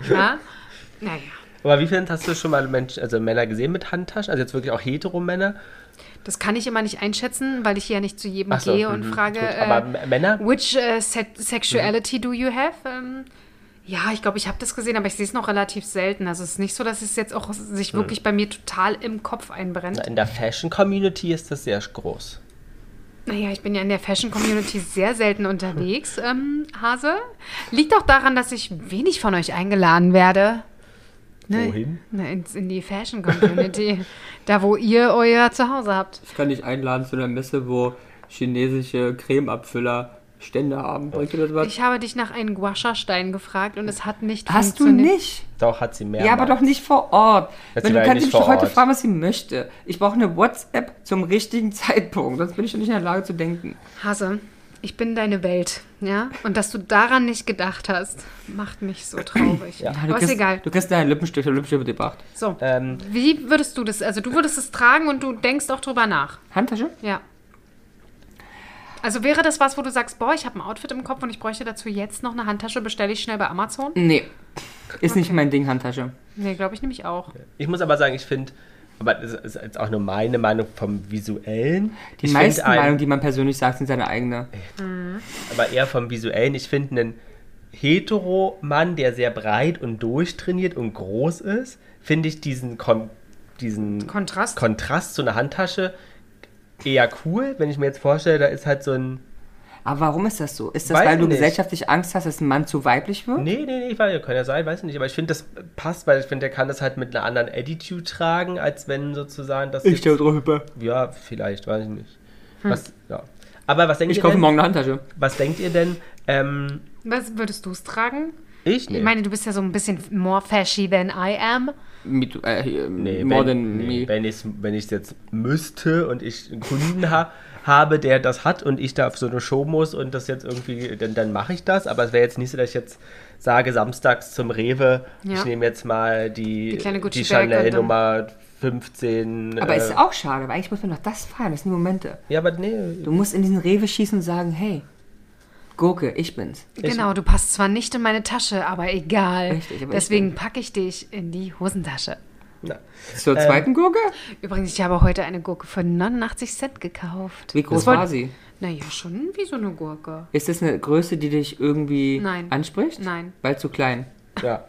B: ja? Naja.
C: Aber wie viel hast du schon mal Mensch, also Männer gesehen mit Handtaschen? Also jetzt wirklich auch Hetero-Männer?
B: Das kann ich immer nicht einschätzen, weil ich hier ja nicht zu jedem
C: Ach so,
B: gehe und
C: mhm,
B: frage.
C: gut. Aber M- Männer? Mhm.
B: Which äh, se sexuality do you have? Ähm, ja, ich glaube, ich habe das gesehen, aber ich sehe es noch relativ selten. Also es ist nicht so, dass es jetzt auch sich
C: Mhm.
B: wirklich bei mir total im Kopf einbrennt.
C: In der Fashion-Community ist das sehr groß.
B: Naja, ich bin ja in der Fashion-Community sehr
C: Mhm.
B: selten unterwegs, ähm, Hase. Liegt auch daran, dass ich wenig von euch eingeladen werde. Ne?
C: Wohin?
B: Na, ins, in die Fashion-Community. da, wo ihr euer Zuhause habt.
A: Ich kann dich einladen zu einer Messe, wo chinesische Cremeabfüller Stände haben. Bringt dir das was?
B: Ich habe dich nach einem Guascha-Stein gefragt und es hat nicht
A: Hast du
B: funktioniert.
A: nicht?
C: Doch, hat sie mehr.
A: Ja, aber
C: Mann.
A: doch nicht vor Ort.
C: Das
A: Wenn du
C: war ja
A: kannst
C: nicht
A: mich doch
C: vor
A: heute
C: Ort.
A: fragen, was sie möchte. Ich brauche eine WhatsApp zum richtigen Zeitpunkt. Sonst bin ich doch nicht in der Lage zu denken.
B: Hase, ich bin deine Welt, ja? Und dass du daran nicht gedacht hast, macht mich so traurig.
A: Ja, Ah, du
B: Aber ist
A: kriegst,
B: egal.
A: Du kriegst deinen Lippenstift, der Lippenstift wird dir gebracht.
B: So,
C: Ähm,
B: wie würdest du das, also du würdest es tragen und du denkst auch drüber nach,
A: Handtasche?
B: ja. Also wäre das was, wo du sagst, boah, ich habe ein Outfit im Kopf und ich bräuchte dazu jetzt noch eine Handtasche, bestelle ich schnell bei Amazon?
A: Nee. Ist nicht mein Ding, Handtasche.
B: Nee, glaube ich nämlich auch.
C: Ich muss aber sagen, ich finde aber das ist jetzt auch nur meine Meinung vom Visuellen.
A: Die
C: Ich find
A: meisten
C: ein-
A: Meinungen, die man persönlich sagt, sind seine eigene.
C: aber eher vom Visuellen. Ich finde einen Hetero-Mann, der sehr breit und durchtrainiert und groß ist, finde ich diesen, Kon diesen
B: Kontrast?
C: Kontrast zu einer Handtasche eher cool, wenn ich mir jetzt vorstelle, da ist halt so ein.
A: Aber warum ist das so? Ist das,
C: Weiß
A: weil du
C: nicht.
A: gesellschaftlich Angst hast, dass ein Mann zu weiblich wird?
C: Nee, nee, nee, ich weiß, kann ja sein, weiß nicht, aber ich finde, das passt, weil ich finde, der kann das halt mit einer anderen Attitude tragen, als wenn sozusagen das. jetzt-
A: drüber.
C: ja, vielleicht, weiß ich nicht. Was, ja. Aber was denkt
A: Ich
C: ihr
A: kaufe
C: denn?
A: morgen eine Handtasche.
C: Was denkt ihr denn? Ähm,
B: Was würdest du es tragen?
C: ich? Nee.
B: Ich meine, du bist ja so ein bisschen more fashy than I am.
A: Mit, äh, hier,
C: Nee,
A: more
C: wenn,
A: than
C: nee,
A: me.
C: wenn ich wenn ich's jetzt müsste und ich einen Kunden ha habe, der das hat und ich da auf so eine Show muss und das jetzt irgendwie, dann, dann mache ich das. Aber es wäre jetzt nicht so, dass ich jetzt sage, samstags zum Rewe,
B: Ja.
C: ich nehme jetzt mal die,
B: Die kleine
C: die,
B: Gucci Bag und
C: Chanel
B: dann-
C: Nummer 15.
A: Aber
C: äh,
A: ist auch schade, weil eigentlich muss man doch das feiern. Das sind die Momente.
C: ja, aber nee.
A: Du musst in diesen Rewe schießen und sagen, hey, Gurke, ich bin's.
B: Genau, du passt zwar nicht in meine Tasche, aber egal.
A: Richtig, aber ich
B: Deswegen packe ich dich in die Hosentasche.
C: Na,
A: Zur
C: Äh,
A: zweiten Gurke?
B: Übrigens, ich habe heute eine Gurke für 89 Cent gekauft.
A: Wie groß war sie?
B: Naja, schon wie so eine Gurke.
A: Ist das eine Größe, die dich irgendwie
B: Nein.
A: anspricht?
B: Nein.
A: Weil zu klein.
C: ja.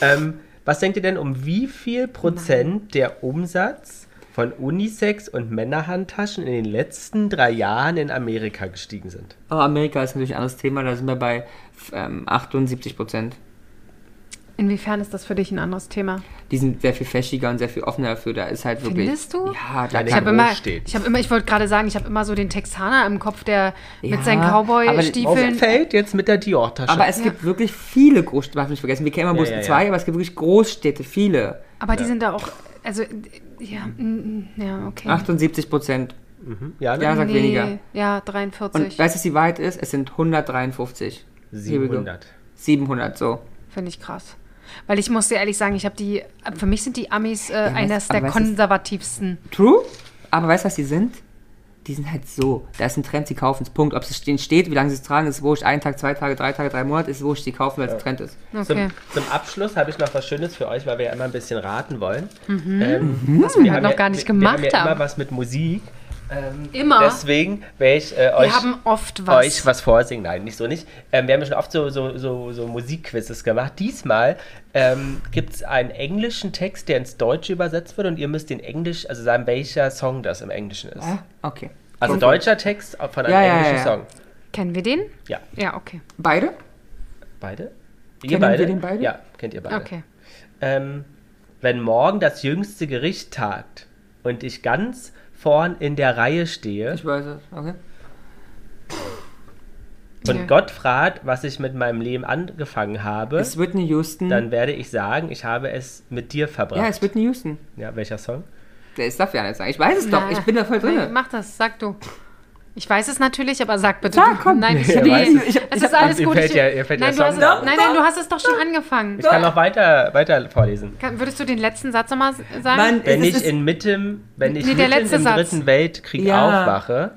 C: ähm, was denkt ihr denn, um wie viel Prozent der Umsatz von Unisex- und Männerhandtaschen in den letzten drei Jahren in Amerika gestiegen sind?
A: Aber Amerika ist natürlich ein anderes Thema, da sind wir bei ähm, 78 Prozent.
B: Inwiefern ist das für dich ein anderes Thema?
A: Die sind sehr viel fächiger und sehr viel offener dafür. Da ist halt wirklich.
B: Findest du?
A: Ja, da ja,
C: nee,
B: Ich habe
C: Wo
B: immer,
C: steht?
B: ich habe immer, ich wollte gerade sagen, ich habe immer so den Texaner im Kopf, der
A: Ja,
B: mit seinen
A: aber-
B: Cowboy-Stiefeln.
C: Fällt jetzt mit der Dior-Tasche.
A: Aber es gibt wirklich viele Großstädte, darf nicht vergessen, wir kennen immer bloß
C: ja, ja.
A: zwei, aber es gibt wirklich Großstädte, viele.
B: Aber die sind da auch, also ja, mm, mm, ja, okay.
A: 78 Prozent.
C: ja, ne?
A: Ja, sagt weniger.
B: Ja,
A: Und
B: 43.
A: weißt du, was die Wahrheit ist? Es sind 153. Here we go.
C: 700.
A: 700, so.
B: Finde ich krass. Weil ich muss dir ehrlich sagen, ich habe die, für mich sind die Amis äh, eines
A: weißt- aber
B: der
A: weißt du-
B: konservativsten.
A: True, aber weißt du, was die sind? Die sind halt so. Da ist ein Trend, sie kaufen es. Punkt. Ob es denen steht, wie lange sie es tragen, ist wurscht. Einen Tag, zwei Tage, drei Tage, drei Monate, ist wurscht. Die kaufen, weil es Trend ist.
C: Zum,
B: Okay.
C: zum Abschluss habe ich noch was Schönes für euch, weil wir ja immer ein bisschen raten wollen.
B: Mhm.
C: Ähm,
B: Was wir halt noch gar nicht gemacht
C: Wir haben ja immer
B: haben.
C: was mit Musik. Ähm,
B: Immer.
C: Deswegen werde ich äh, euch,
B: Wir haben oft was.
C: euch was vorsingen. Nein, nicht so nicht. Ähm, wir haben ja schon oft so, so, so, so Musikquizzes gemacht. Diesmal ähm, gibt es einen englischen Text, der ins Deutsche übersetzt wird und ihr müsst den Englisch, also sagen, welcher Song das im Englischen ist.
A: Ah, okay.
C: Also deutscher Text von einem
A: Ja, ja,
C: englischen
A: ja, ja.
C: Song.
B: Kennen wir den?
C: Ja.
B: Ja, okay.
A: Beide?
C: Beide?
A: Kennen wir den beide?
C: Ja, kennt ihr beide.
B: Okay.
C: Ähm, wenn morgen das jüngste Gericht tagt und ich ganz vorn in der Reihe stehe
A: Ich weiß es. Okay.
C: und
B: Ja.
C: Gott fragt, was ich mit meinem Leben angefangen habe,
A: Ist Whitney Houston.
C: dann werde ich sagen, ich habe es mit dir
A: ja,
C: verbracht.
A: ist Whitney Houston.
C: Ja, welcher Song?
A: Der ist dafür nicht sagen. Ich weiß es doch. Ich bin da voll
B: Nee,
A: drin.
B: Mach das, sag du. Ich weiß es natürlich, aber sag bitte.
A: Sag,
B: du.
A: komm.
B: Nein, ich,
A: Ja,
B: nee,
A: weiß es. Ich hab-
B: es
A: ich
B: ist
A: hab-
B: alles
C: Ihr
B: gut.
C: fällt
B: ich,
C: ja- ihr fällt
B: nein,
C: der
B: du hast,
C: Song da.
B: nein, nein, du hast es doch schon angefangen.
C: Ich kann noch weiter, weiter vorlesen.
B: Kann, würdest du den letzten Satz nochmal sagen?
C: Wenn
A: es
C: ich
A: ist-
C: in mitten, wenn ich
B: Nee, der
C: mitten
B: letzte
C: im
B: Satz.
C: dritten Weltkrieg
A: Ja.
C: aufwache,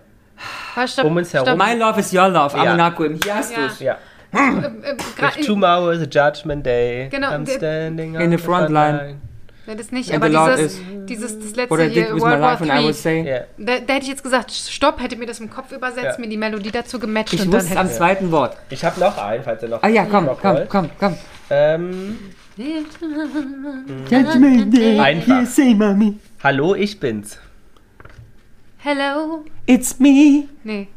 B: Ah, stopp,
C: um uns herum-
B: stopp.
A: My love is your love.
C: Ja.
A: Amonaco im Hier hast
B: Ja.
A: du's.
C: ja.
B: Äh, äh,
A: Ah,
B: gra-
C: If tomorrow is a judgment day,
B: Genau,
C: I'm
B: der-
C: standing
A: the
C: on
A: front line.
B: Nein, das nicht,
A: And
B: aber
A: the Lord
B: dieses,
A: is-
B: dieses das letzte
A: What I did
B: hier,
A: with my
B: World War
A: life and I would
B: III.
A: say.
C: Yeah.
B: Da, da hätte ich jetzt gesagt, stopp, hätte mir das im Kopf übersetzt,
C: Ja.
B: mir die Melodie dazu gematcht
A: Ich
B: und dann
A: wusste es
B: hätte
A: am zweiten Wort.
C: Ich habe noch einen, falls ihr noch.
A: Ah ja, komm,
C: noch
A: komm,
C: wollt.
A: komm, komm.
C: Ähm,
A: Judgment Day.
C: Einfach.
A: Say, mommy.
C: Hallo, ich bin's.
B: Hello.
A: It's me.
B: Nee,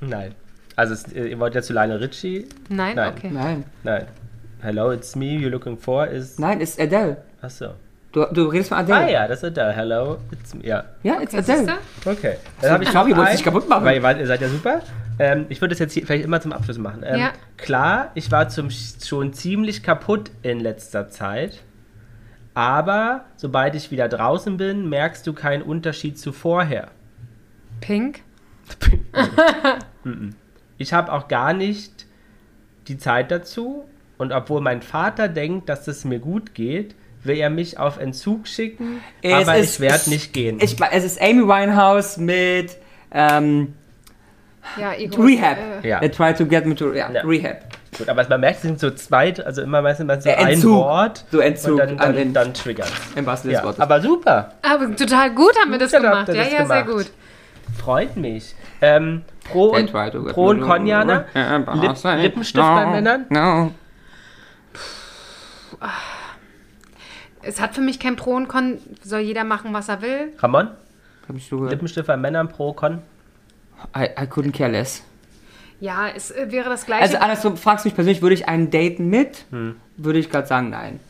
C: Nein. Also, es, ihr wollt ja zu Lionel Richie?
B: nein,
C: Nein.
B: okay.
A: Nein.
C: Nein. Hello, it's me, you're looking for is.
A: Nein, ist Adele.
C: Achso.
A: Du, du redest von Adele.
C: Ah ja, das ist da. Hello, it's me. Ja.
A: Ja, it's
B: Okay, siehst
A: Adele.
B: du?
C: Okay. Dann habe ich
A: Sorry,
C: noch
A: wolltest
C: einen,
A: dich kaputt machen.
C: Weil ihr, wart- ihr seid ja super. Ähm, ich würde das jetzt hier vielleicht immer zum Abschluss machen. Ähm,
B: Ja.
C: Klar, ich war zum, schon ziemlich kaputt in letzter Zeit. Aber sobald ich wieder draußen bin, merkst du keinen Unterschied zu vorher.
B: Pink.
C: Ich habe auch gar nicht die Zeit dazu. Und obwohl mein Vater denkt, dass es mir gut geht, will er mich auf Entzug schicken.
A: Es
C: aber
A: ist-
C: ich werde nicht gehen.
A: Ich, we- es ist Amy Winehouse mit ähm,
B: Ja, Igor.
A: Rehab.
B: Äh,
C: ja.
A: They try to get me to ja,
C: Ja.
A: Rehab.
C: gut. Aber man merkt, es sind so zwei, also immer meistens meistens so
A: Ja,
C: ein
A: Entzug.
C: Wort.
A: So Entzug
C: Und dann,
A: an
C: dann,
A: den-
C: dann, triggern.
A: Im wahrsten Sinne
C: Ja.
A: des Wortes.
C: Aber super.
B: Aber total gut haben wir das
C: Gut, dann
B: gemacht.
C: habt ihr
B: Ja,
C: das
B: ja, sehr
C: gemacht.
B: gut.
C: Freut mich. Ähm, pro und,
A: Try to get oh,
C: pro und
A: me-
C: Konjana. Lip, Lippenstift bei Männern.
A: No.
B: Es hat für mich kein Pro und Con. Soll jeder machen, was er will.
C: Ramon,
A: Hab ich so gehört.
C: Lippenstift bei Männern, pro Con.
A: I, I couldn't care less.
B: Ja, es äh, wäre das gleiche.
A: Also andersrum, fragst du mich persönlich, würde ich einen daten mit? Würde ich gerade sagen, nein.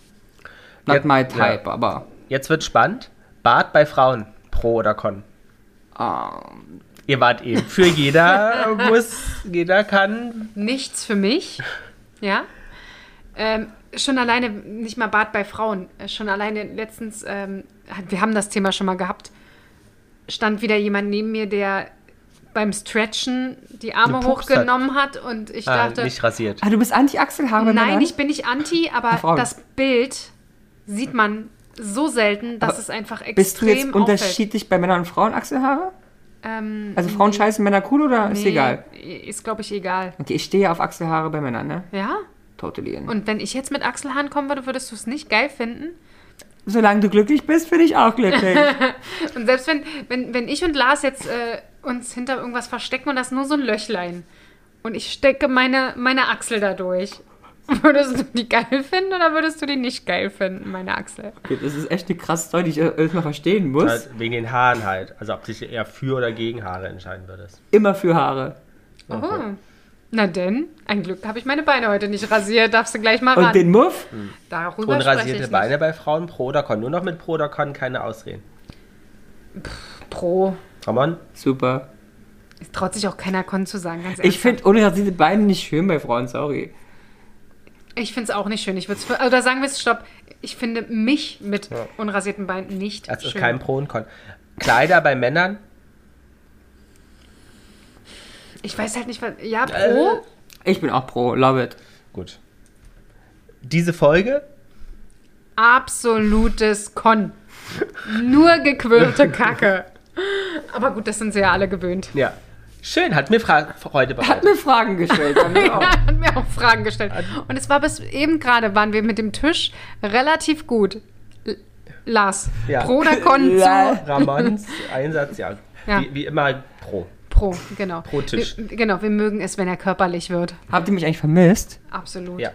A: Not
C: Hm. Ja,
A: my
C: ja.
A: type, aber
C: Jetzt wird spannend. Bart bei Frauen, pro oder Con.
A: ähm,
C: Ihr wart eben. Für jeder muss, jeder kann.
B: Nichts für mich. Ja. Ähm, schon alleine, nicht mal Bart bei Frauen, äh, schon alleine letztens, ähm, hat- wir haben das Thema schon mal gehabt, stand wieder jemand neben mir, der beim Stretchen die Arme
C: Gepupst hat.
B: hochgenommen hat und ich
C: Ah,
B: dachte,
C: nicht rasiert.
A: ah, du bist Anti-Achselhaare bei
B: nein,
A: Männern?
B: ich bin nicht anti, aber
A: Frauen.
B: das Bild sieht man so selten, dass es einfach extrem
A: Bist du jetzt
B: auffällt.
A: unterschiedlich bei Männern und Frauen Achselhaare?
B: Ähm,
A: Also Frauen scheißen, Männer cool oder ist
B: nee,
A: egal?
B: Ist, glaube ich, egal.
A: Okay, ich stehe ja auf Achselhaare bei Männern, ne?
B: Ja?
A: Totally in.
B: Und wenn ich jetzt mit Achselhahn kommen würde, würdest du es nicht geil finden?
A: Solange du glücklich bist, bin ich auch glücklich.
B: Und selbst wenn, wenn, wenn ich und Lars jetzt äh, uns hinter irgendwas verstecken und das ist nur so ein Löchlein und ich stecke meine, meine Achsel dadurch, würdest du die geil finden oder würdest du die nicht geil finden, meine Achsel?
A: Okay, das ist echt eine krasse Story, die ich äh, erstmal verstehen muss.
C: Halt wegen den Haaren halt. Also ob sich eher für oder gegen Haare entscheiden würdest.
A: Immer für Haare.
B: Oh. Na denn, ein Glück habe ich meine Beine heute nicht rasiert, darfst du gleich mal
A: Und
B: ran.
A: den Muff?
B: Darüber spreche
C: Unrasierte
B: ich
C: Beine bei Frauen, pro oder Con. Nur noch mit pro oder Con, keine Ausreden.
B: nicht. Pro.
C: Ramon,
A: Super.
B: Es traut sich auch keiner Kon zu sagen, ganz
A: Ich
B: ernsthaft.
A: finde unrasierte Beine nicht schön bei Frauen, sorry.
B: Ich finde es auch nicht schön. Ich würde oder sagen wir es, stopp. Ich finde mich mit unrasierten Beinen nicht
C: das
B: schön.
C: ist kein Pro und Con. Kleider bei Männern,
B: ich weiß halt nicht, was. Ja,
C: Äh,
B: pro.
A: Ich bin auch pro, love it.
C: Gut. Diese Folge,
B: absolutes Con. Nur gequirlte Kacke. Aber gut, das sind sie ja alle gewöhnt.
C: ja. Schön, hat mir Fra Freude
A: Hat
C: bereitet.
A: mir Fragen gestellt. haben wir auch.
B: Hat mir auch Fragen gestellt. Und es war bis eben gerade, waren wir mit dem Tisch relativ gut. L- Lars,
C: Ja.
B: pro oder con zu
A: Ja.
C: Ramons Einsatz, ja.
B: Ja.
C: Wie, wie immer halt pro.
B: pro, genau.
C: Pro Tisch.
B: Wir, genau, wir mögen es, wenn er körperlich wird.
A: Habt ihr mich eigentlich vermisst?
B: Absolut.
C: Ja.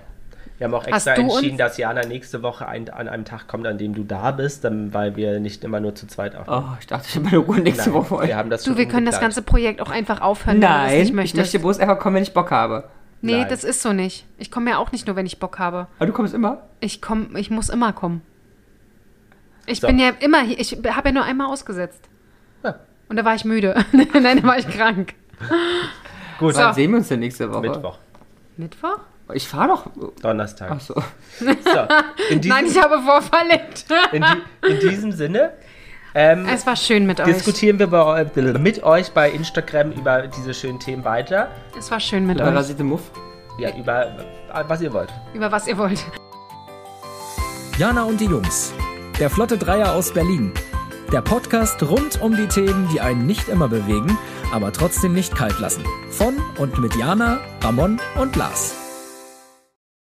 C: Wir haben auch
B: Hast
C: extra
B: du
C: entschieden,
B: uns-
C: dass Jana nächste Woche ein, an einem Tag kommt, an dem du da bist, dann, weil wir nicht immer nur zu zweit auch.
A: Oh, ich dachte, ich habe meine Ruhe nächste Woche für euch.
C: wir haben das
B: Du,
C: schon
B: wir können das
C: umgeplant.
B: ganze Projekt auch einfach aufhören, wenn du das
A: Nein,
B: nicht
A: ich
B: möchtest.
A: möchte bloß einfach kommen, wenn ich Bock habe.
B: nee,
C: Nein.
B: das ist so nicht. Ich komme ja auch nicht nur, wenn ich Bock habe.
A: Aber du kommst immer?
B: Ich komm, ich muss immer kommen. Ich
C: So.
B: bin ja immer hier, ich habe ja nur einmal ausgesetzt.
C: Ja.
B: Und da war ich müde. Nein, da war ich krank.
C: Gut,
A: Dann sehen wir uns denn nächste Woche.
C: Mittwoch,
B: Mittwoch?
A: Ich fahre doch.
C: Donnerstag.
A: Achso.
C: So, in diesem,
B: Nein, ich habe vorverlegt.
C: in, die, in diesem Sinne ähm,
B: Es war schön mit euch.
C: diskutieren wir bei, mit euch bei Instagram über diese schönen Themen weiter.
B: Es war schön mit euch.
A: Rasierte Muff.
C: Ja, über äh, was ihr wollt.
B: Über was ihr wollt.
D: Jana und die Jungs. Der Flotte Dreier aus Berlin. Der Podcast rund um die Themen, die einen nicht immer bewegen, aber trotzdem nicht kalt lassen. Von und mit Jana, Ramon und Lars.